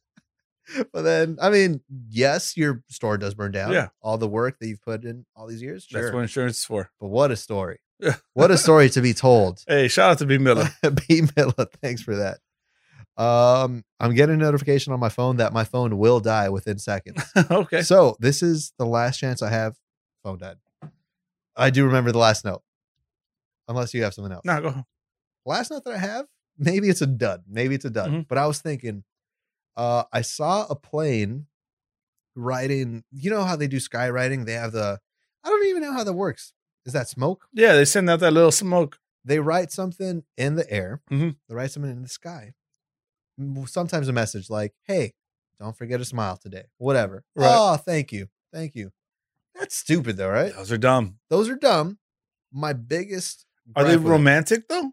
Speaker 2: But then, I mean, yes, your store does burn down.
Speaker 1: Yeah.
Speaker 2: All the work that you've put in all these years. Sure.
Speaker 1: That's what insurance is for.
Speaker 2: but what a story.
Speaker 1: Yeah.
Speaker 2: what a story to be told.
Speaker 1: Hey, shout out to B Miller.
Speaker 2: B Miller, thanks for that. Um, I'm getting a notification on my phone that my phone will die within seconds.
Speaker 1: okay.
Speaker 2: So this is the last chance I have. Phone died. I do remember the last note. Unless you have something else.
Speaker 1: Now go home.
Speaker 2: Last note that I have, maybe it's a dud. Maybe it's a dud.
Speaker 1: Mhm.
Speaker 2: But I was thinking, uh, I saw a plane riding. You know how they do skywriting? They have the I don't even know how that works. Is that smoke?
Speaker 1: Yeah, they send out that little smoke.
Speaker 2: They write something in the air.
Speaker 1: Mhm.
Speaker 2: They write something in the sky. M- Sometimes a message like, hey, don't forget to smile today. Whatever.
Speaker 1: Right.
Speaker 2: Oh, thank you. Thank you. That's stupid though, right?
Speaker 1: Those are dumb.
Speaker 2: Those are dumb. My biggest
Speaker 1: Are they
Speaker 2: gripe with it-
Speaker 1: romantic though?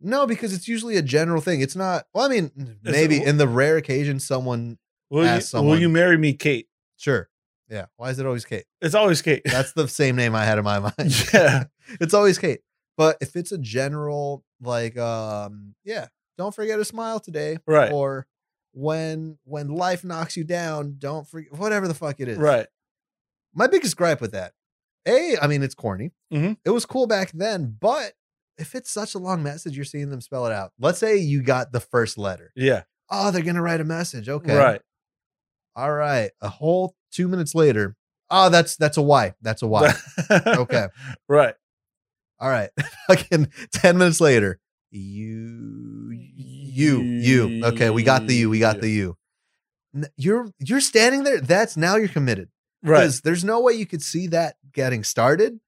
Speaker 2: No, because it's usually a general thing. It's not. Well, I mean,
Speaker 1: it-
Speaker 2: maybe in the rare occasion someone
Speaker 1: Will you,
Speaker 2: Ask
Speaker 1: will you
Speaker 2: someone.
Speaker 1: marry me, Kate?
Speaker 2: sure. Yeah. Why is it always Kate?
Speaker 1: It's always Kate.
Speaker 2: That's the same name I had in my mind.
Speaker 1: yeah.
Speaker 2: it's always Kate. But if it's a general like um yeah, don't forget to smile today.
Speaker 1: Right.
Speaker 2: Or when when life knocks you down, don't forget whatever the fuck it is.
Speaker 1: Right.
Speaker 2: My biggest gripe with that. A, I mean it's corny.
Speaker 1: Mhm.
Speaker 2: It was cool back then, but if it's such a long message, you're seeing them spell it out. Let's say you got the first letter.
Speaker 1: Yeah.
Speaker 2: Oh, they're gonna write a message. Okay.
Speaker 1: Right.
Speaker 2: All right. A whole two minutes later. Oh, that's that's a Y. That's a Y. Okay.
Speaker 1: Right.
Speaker 2: All right. Fucking 10 minutes later. You, you, you. Okay. We got the you. We got the you. N- You're, you're standing there. That's now you're committed.
Speaker 1: Right.
Speaker 2: there's no way you could see that getting started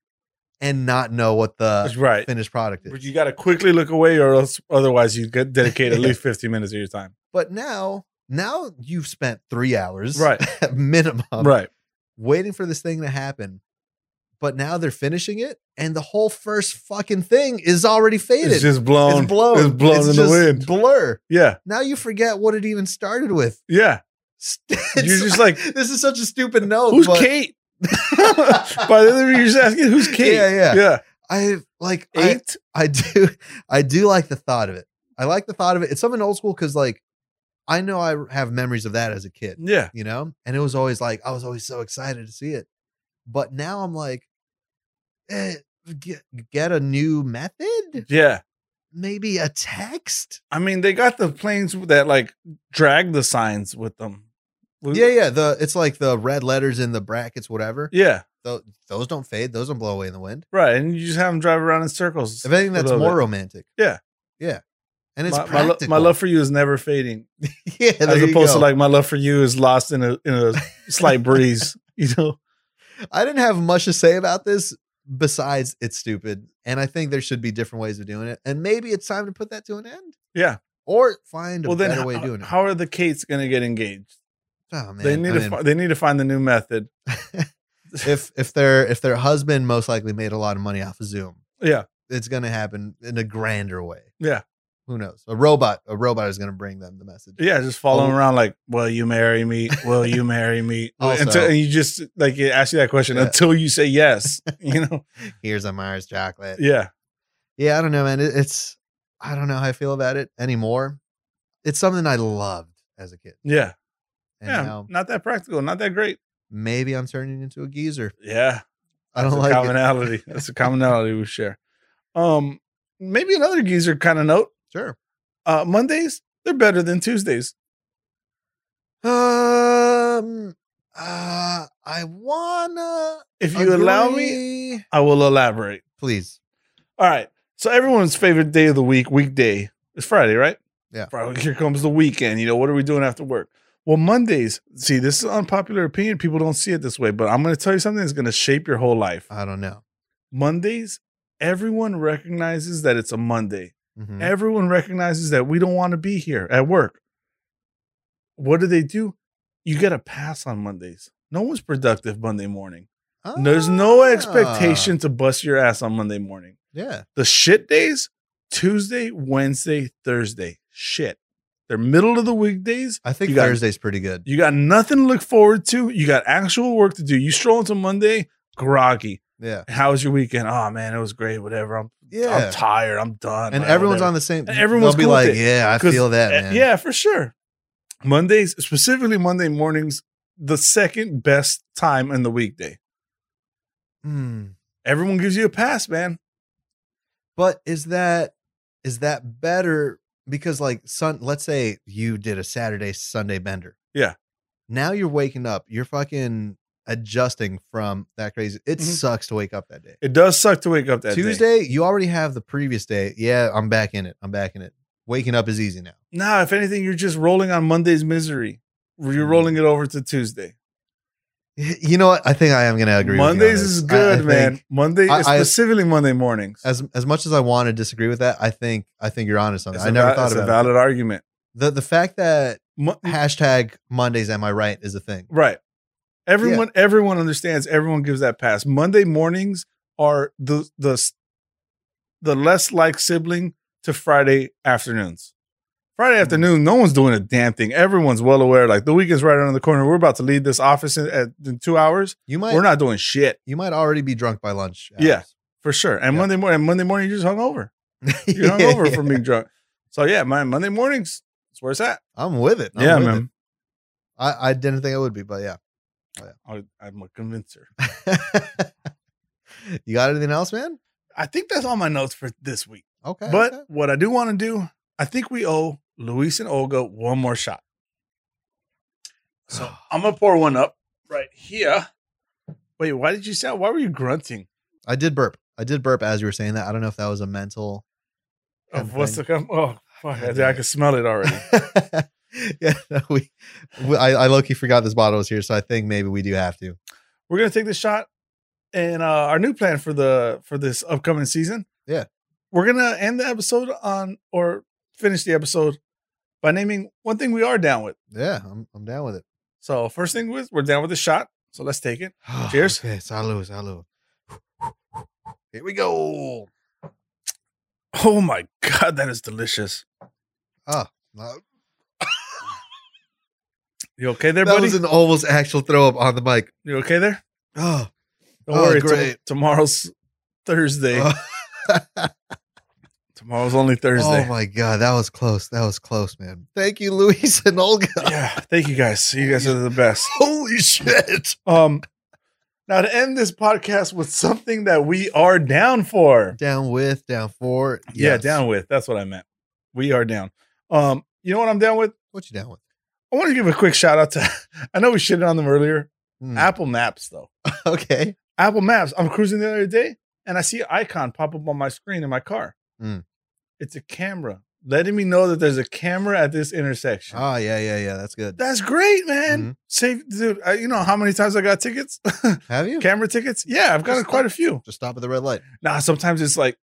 Speaker 2: and not know what the
Speaker 1: That's right.
Speaker 2: finished product
Speaker 1: But
Speaker 2: is.
Speaker 1: you got to quickly look away, or else otherwise you get dedicate at least fifty minutes of your time.
Speaker 2: But now, now you've spent three hours.
Speaker 1: Right.
Speaker 2: minimum.
Speaker 1: right.
Speaker 2: Waiting for this thing to happen. But now they're finishing it, and the whole first fucking thing is already faded.
Speaker 1: It's just blown.
Speaker 2: It's blown.
Speaker 1: It's blown in the
Speaker 2: just
Speaker 1: wind.
Speaker 2: Blur.
Speaker 1: yeah.
Speaker 2: Now you forget what it even started with.
Speaker 1: Yeah. You're just like,
Speaker 2: this is such a stupid note.
Speaker 1: who's
Speaker 2: but
Speaker 1: Kate? By the end of it, you're just asking who's Kate.
Speaker 2: Yeah, yeah.
Speaker 1: Yeah.
Speaker 2: I like I,
Speaker 1: Eight.
Speaker 2: I do I do like the thought of it. I like the thought of it. It's something old school because like I know I have memories of that as a kid,
Speaker 1: yeah.
Speaker 2: you know, and it was always like I was always so excited to see it, but now I'm like, eh, get get a new method,
Speaker 1: Yeah.
Speaker 2: maybe a text.
Speaker 1: I mean, they got the planes that like drag the signs with them.
Speaker 2: Yeah, yeah. The it's like the red letters in the brackets, whatever.
Speaker 1: Yeah.
Speaker 2: Those, those don't fade. Those don't blow away in the wind.
Speaker 1: Right. And you just have them drive around in circles.
Speaker 2: If anything,
Speaker 1: a
Speaker 2: that's
Speaker 1: little
Speaker 2: more
Speaker 1: bit.
Speaker 2: romantic.
Speaker 1: Yeah.
Speaker 2: yeah. And it's
Speaker 1: my, my, lo-
Speaker 2: practical.
Speaker 1: my love for you is never fading,
Speaker 2: yeah,
Speaker 1: as opposed to
Speaker 2: like
Speaker 1: like my love for you is lost in a in a slight breeze. You know.
Speaker 2: I didn't have much to say about this besides it's stupid, and I think there should be different ways of doing it, and maybe it's time to put that to an end
Speaker 1: Yeah.
Speaker 2: or find a
Speaker 1: Well, then
Speaker 2: better
Speaker 1: how,
Speaker 2: way of doing it.
Speaker 1: how are the Kates going to get engaged?
Speaker 2: oh man,
Speaker 1: they need
Speaker 2: I
Speaker 1: to
Speaker 2: mean,
Speaker 1: fi- they need to find the new method.
Speaker 2: if if their if their husband most likely made a lot of money off of Zoom,
Speaker 1: Yeah.
Speaker 2: it's going to happen in a grander way.
Speaker 1: Yeah.
Speaker 2: Who knows? A robot, a robot is going to bring them the message.
Speaker 1: Yeah, just following
Speaker 2: Oh.
Speaker 1: around like, will you marry me? Will you marry me?
Speaker 2: Also-
Speaker 1: until, and you just like you ask you that question
Speaker 2: Yeah.
Speaker 1: until you say yes. You know?
Speaker 2: Here's a Mars chocolate.
Speaker 1: Yeah.
Speaker 2: yeah, I don't know, man. It, it's I don't know how I feel about it anymore. It's something I loved as a kid,
Speaker 1: Yeah.
Speaker 2: and
Speaker 1: yeah.
Speaker 2: now
Speaker 1: Not that practical. Not that great.
Speaker 2: maybe I'm turning into a geezer.
Speaker 1: Yeah.
Speaker 2: I don't
Speaker 1: That's
Speaker 2: like
Speaker 1: a
Speaker 2: it.
Speaker 1: commonality. That's a commonality we share. Um, maybe another geezer kind of note.
Speaker 2: Sure.
Speaker 1: Uh Mondays, they're better than Tuesdays.
Speaker 2: Um. Uh. I wanna.
Speaker 1: If you allow me,
Speaker 2: agree-
Speaker 1: I will elaborate.
Speaker 2: please.
Speaker 1: All right. So everyone's favorite day of the week, weekday, is Friday, right?
Speaker 2: Yeah.
Speaker 1: Friday, here comes the weekend. You know, what are we doing after work? Well, Mondays, see, this is unpopular opinion. People don't see it this way, but I'm going to tell you something that's going to shape your whole life.
Speaker 2: I don't know.
Speaker 1: Mondays, everyone recognizes that it's a Monday.
Speaker 2: Mhm.
Speaker 1: Everyone recognizes that we don't want to be here at work. What do they do? You get a pass on Mondays. No one's productive Monday morning. There's no
Speaker 2: Ah,
Speaker 1: expectation to bust your ass on Monday morning.
Speaker 2: Yeah.
Speaker 1: The shit days, Tuesday, Wednesday, Thursday. Shit. They're middle of the weekdays.
Speaker 2: I think
Speaker 1: You got-
Speaker 2: Thursday's pretty good.
Speaker 1: You got nothing to look forward to. You got actual work to do. You stroll into Monday, groggy.
Speaker 2: Yeah.
Speaker 1: How was your weekend? Oh man, it was great. Whatever. I'm I'm
Speaker 2: Yeah.
Speaker 1: tired. I'm done.
Speaker 2: and everyone's on the same.
Speaker 1: And everyone's
Speaker 2: they'll be
Speaker 1: cool with
Speaker 2: like,
Speaker 1: it.
Speaker 2: "Yeah, I
Speaker 1: 'Cause,
Speaker 2: feel that,
Speaker 1: Uh,
Speaker 2: man."
Speaker 1: Yeah, for sure. Mondays, specifically Monday mornings, the second best time in the weekday.
Speaker 2: Hmm.
Speaker 1: Everyone gives you a pass, man.
Speaker 2: But is that is that better because like sun let's say you did a Saturday Sunday bender.
Speaker 1: Yeah.
Speaker 2: Now you're waking up. You're fucking adjusting from that crazy. It
Speaker 1: Mhm.
Speaker 2: sucks to wake up that day.
Speaker 1: It does suck to wake up that day.
Speaker 2: Tuesday, you already have the previous day. Yeah, I'm back in it. I'm back in it. Waking up is easy now.
Speaker 1: Nah, if anything, you're just rolling on Monday's misery. You're
Speaker 2: Mm.
Speaker 1: rolling it over to Tuesday.
Speaker 2: You know what? I think I am gonna agree. with you on
Speaker 1: Mondays
Speaker 2: this.
Speaker 1: is
Speaker 2: I- I
Speaker 1: good,
Speaker 2: think
Speaker 1: man. Monday,
Speaker 2: I- I-
Speaker 1: specifically Monday mornings.
Speaker 2: As as much as I want to disagree with that, I think I think you're onto something.
Speaker 1: It's
Speaker 2: I
Speaker 1: a
Speaker 2: never
Speaker 1: val-
Speaker 2: thought
Speaker 1: it's a
Speaker 2: about
Speaker 1: valid argument.
Speaker 2: it. the the fact that
Speaker 1: Mo-
Speaker 2: hashtag Mondays am I right is a thing.
Speaker 1: right. Everyone, everyone understands. Everyone gives that pass. Monday mornings are the the the less like sibling to Friday afternoons.
Speaker 2: Mm-hmm.
Speaker 1: Friday afternoon, no one's doing a damn thing. Everyone's well aware. Like the weekend's right around the corner. We're about to leave this office in, at, in two hours.
Speaker 2: You might
Speaker 1: We're not doing shit
Speaker 2: you might already be drunk by lunch.
Speaker 1: Yeah. for sure. And
Speaker 2: Yeah.
Speaker 1: Monday morning, Monday morning, you're just hungover.
Speaker 2: hours.
Speaker 1: You're hungover from
Speaker 2: Yeah.
Speaker 1: being drunk. So yeah, my Monday mornings, that's where it's at.
Speaker 2: I'm with it. I'm
Speaker 1: yeah,
Speaker 2: with
Speaker 1: man.
Speaker 2: it. I, I didn't think I would be, but yeah.
Speaker 1: I, I'm a convincer.
Speaker 2: you got anything else, man?
Speaker 1: I think that's all my notes for this week.
Speaker 2: Okay.
Speaker 1: But
Speaker 2: okay.
Speaker 1: what I do want to do, I think we owe Luis and Olga one more shot. So I'm gonna pour one up right here. Wait, why did you sound? Why were you grunting?
Speaker 2: I did burp. I did burp as you were saying that. I don't know if that was a mental.
Speaker 1: Of
Speaker 2: Kind of
Speaker 1: what's to
Speaker 2: thing.
Speaker 1: come? Oh, fuck! I, I can smell it already.
Speaker 2: yeah, no, we, we I, I low key forgot this bottle was here, so I think maybe we do have to.
Speaker 1: we're gonna take this shot and uh our new plan for the for this upcoming season
Speaker 2: Yeah.
Speaker 1: we're gonna end the episode on or finish the episode by naming one thing we are down with
Speaker 2: Yeah, I'm, I'm down with it.
Speaker 1: so first thing was we're down with the shot so let's take it Cheers.
Speaker 2: Okay, salud, salud. Here we go.
Speaker 1: oh my god that is delicious
Speaker 2: Uh,
Speaker 1: you okay there
Speaker 2: That
Speaker 1: buddy
Speaker 2: was an almost actual throw up on the mic.
Speaker 1: you okay there
Speaker 2: Oh,
Speaker 1: don't
Speaker 2: Oh,
Speaker 1: worry to-
Speaker 2: great. Uh,
Speaker 1: tomorrow's thursday tomorrow's only
Speaker 2: oh
Speaker 1: thursday
Speaker 2: my god, that was close. That was close, man. Thank you, Luis and Olga.
Speaker 1: yeah thank you guys you guys are the best
Speaker 2: Holy shit!
Speaker 1: um now to end this podcast with something that we are down for
Speaker 2: Down with, down for.
Speaker 1: Yeah,
Speaker 2: yes.
Speaker 1: down with. That's what I meant. We are down. Um, you know what I'm down with?
Speaker 2: What you down with?
Speaker 1: I want to give a quick shout out to I know we shitted on them earlier.
Speaker 2: Hmm,
Speaker 1: Apple Maps though.
Speaker 2: Okay.
Speaker 1: Apple Maps. I'm cruising the other day and I see an icon pop up on my screen in my car.
Speaker 2: Mm.
Speaker 1: It's a camera letting me know that there's a camera at this intersection.
Speaker 2: Oh yeah, yeah, yeah. That's good.
Speaker 1: That's great, man.
Speaker 2: Mhm.
Speaker 1: Save dude, I, you know how many times I got tickets?
Speaker 2: Have you?
Speaker 1: camera tickets? Yeah, I've gotten
Speaker 2: Just
Speaker 1: quite a few.
Speaker 2: Just stop at the red light.
Speaker 1: Nah, sometimes it's like,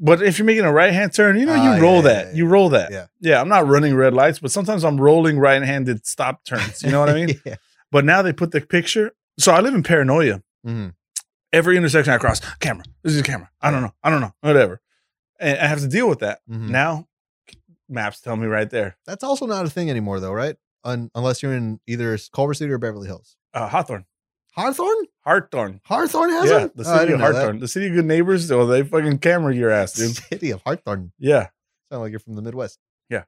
Speaker 1: but if you're making a right hand turn, you know,
Speaker 2: Ah,
Speaker 1: you roll
Speaker 2: yeah,
Speaker 1: that.
Speaker 2: yeah,
Speaker 1: You roll that.
Speaker 2: yeah.
Speaker 1: Yeah. I'm not running red lights, but sometimes I'm rolling right handed stop turns. You know what I mean?
Speaker 2: yeah.
Speaker 1: but now they put the picture. So I live in paranoia.
Speaker 2: Mhm.
Speaker 1: Every intersection I cross, camera. This is a camera. I don't know. I don't know. Whatever. And I have to deal with that.
Speaker 2: Mhm.
Speaker 1: Now, maps tell me right there.
Speaker 2: That's also not a thing anymore, though, right? Un- unless you're in either Culver City or Beverly Hills.
Speaker 1: Uh, Hawthorne.
Speaker 2: Hawthorne?
Speaker 1: Hawthorne.
Speaker 2: Hawthorne has
Speaker 1: Yeah.
Speaker 2: it.
Speaker 1: The
Speaker 2: Oh, I
Speaker 1: city
Speaker 2: didn't
Speaker 1: of
Speaker 2: know that.
Speaker 1: Hawthorne. The city of good neighbors. Oh, they fucking camera your ass, dude.
Speaker 2: City of Hawthorne.
Speaker 1: Yeah.
Speaker 2: Sound like you're from the Midwest.
Speaker 1: Yeah.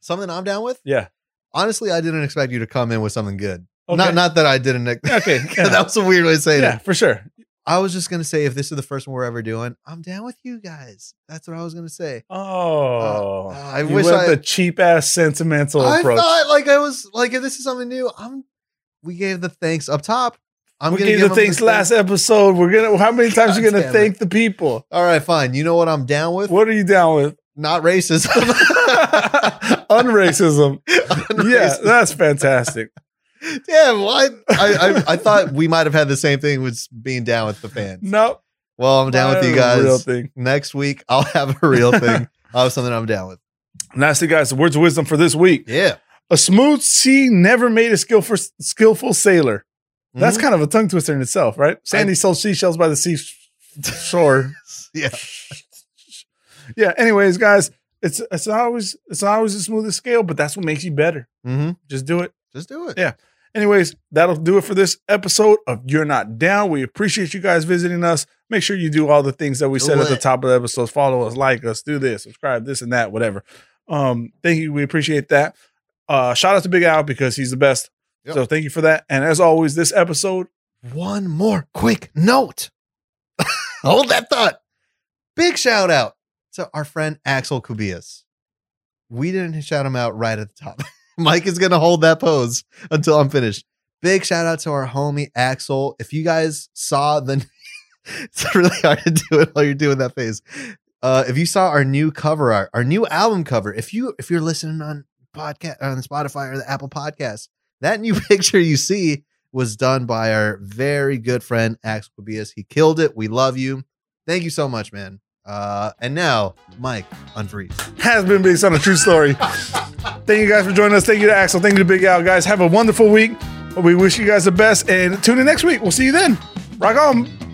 Speaker 2: Something I'm down with.
Speaker 1: Yeah.
Speaker 2: Honestly, I didn't expect you to come in with something good.
Speaker 1: Okay.
Speaker 2: Not not that I didn't. ex-
Speaker 1: okay. Yeah.
Speaker 2: that was a weird way to say
Speaker 1: yeah,
Speaker 2: it.
Speaker 1: for sure.
Speaker 2: I was just gonna say if this is the first one we're ever doing, I'm down with you guys. That's what I was gonna say.
Speaker 1: Oh,
Speaker 2: Uh, I
Speaker 1: you
Speaker 2: wish
Speaker 1: went
Speaker 2: I-
Speaker 1: the cheap ass sentimental
Speaker 2: I
Speaker 1: approach.
Speaker 2: thought like I was like if this is something new, I'm. We gave the thanks up top. I'm
Speaker 1: we
Speaker 2: gonna
Speaker 1: gave
Speaker 2: give
Speaker 1: the
Speaker 2: them the
Speaker 1: thanks last episode. We're gonna. How many times you
Speaker 2: God
Speaker 1: gonna
Speaker 2: damn it.
Speaker 1: thank the people?
Speaker 2: All right, fine. You know what I'm down with?
Speaker 1: What are you down with?
Speaker 2: Not racism.
Speaker 1: Unracism. yeah,
Speaker 2: Unracism.
Speaker 1: that's fantastic.
Speaker 2: Damn, what? I, I I thought we might have had the same thing with being down with the fans.
Speaker 1: Nope.
Speaker 2: Well, I'm down with you guys.
Speaker 1: Real thing.
Speaker 2: Next week, I'll have a real thing. I'll have something I'm down with.
Speaker 1: And that's it, guys. The words of wisdom for this week:
Speaker 2: Yeah.
Speaker 1: A smooth sea never made a skillful skillful sailor. That's
Speaker 2: Mm-hmm.
Speaker 1: kind of a tongue twister in itself, right? Sandy sold seashells by the sea shore.
Speaker 2: yeah.
Speaker 1: yeah. Anyways, guys, it's it's not always it's not always the smoothest scale, but that's what makes you better.
Speaker 2: Mm-hmm.
Speaker 1: Just do it.
Speaker 2: Just do it.
Speaker 1: Yeah. Anyways, that'll do it for this episode of You're Not Down. We appreciate you guys visiting us. Make sure you do all the things that we
Speaker 2: Do
Speaker 1: said at the
Speaker 2: it.
Speaker 1: top of the episode. Follow us, like us, do this, subscribe, this and that, whatever. Um, thank you. We appreciate that. Uh, shout out to Big Al because he's the best.
Speaker 2: Yep.
Speaker 1: So thank you for that. And as always, this episode
Speaker 2: One more quick note. Hold that thought. Big shout out to our friend Axel Kubias. We didn't shout him out right at the top. Mike is going to hold that pose until I'm finished. Big shout out to our homie Axel. If you guys saw the, it's really hard to do it while you're doing that face. Uh, if you saw our new cover art, our new album cover, if you if you're listening on podcast on Spotify or the Apple Podcast, that new picture you see was done by our very good friend Axel Kubias. He killed it. We love you. Thank you so much, man. Uh, and now, Mike, unfreeze.
Speaker 1: has been based on a true story. Thank you guys for joining us. Thank you to Axel. Thank you to Big Al. Guys, have a wonderful week. We wish you guys the best and tune in next week. We'll see you then. Rock on.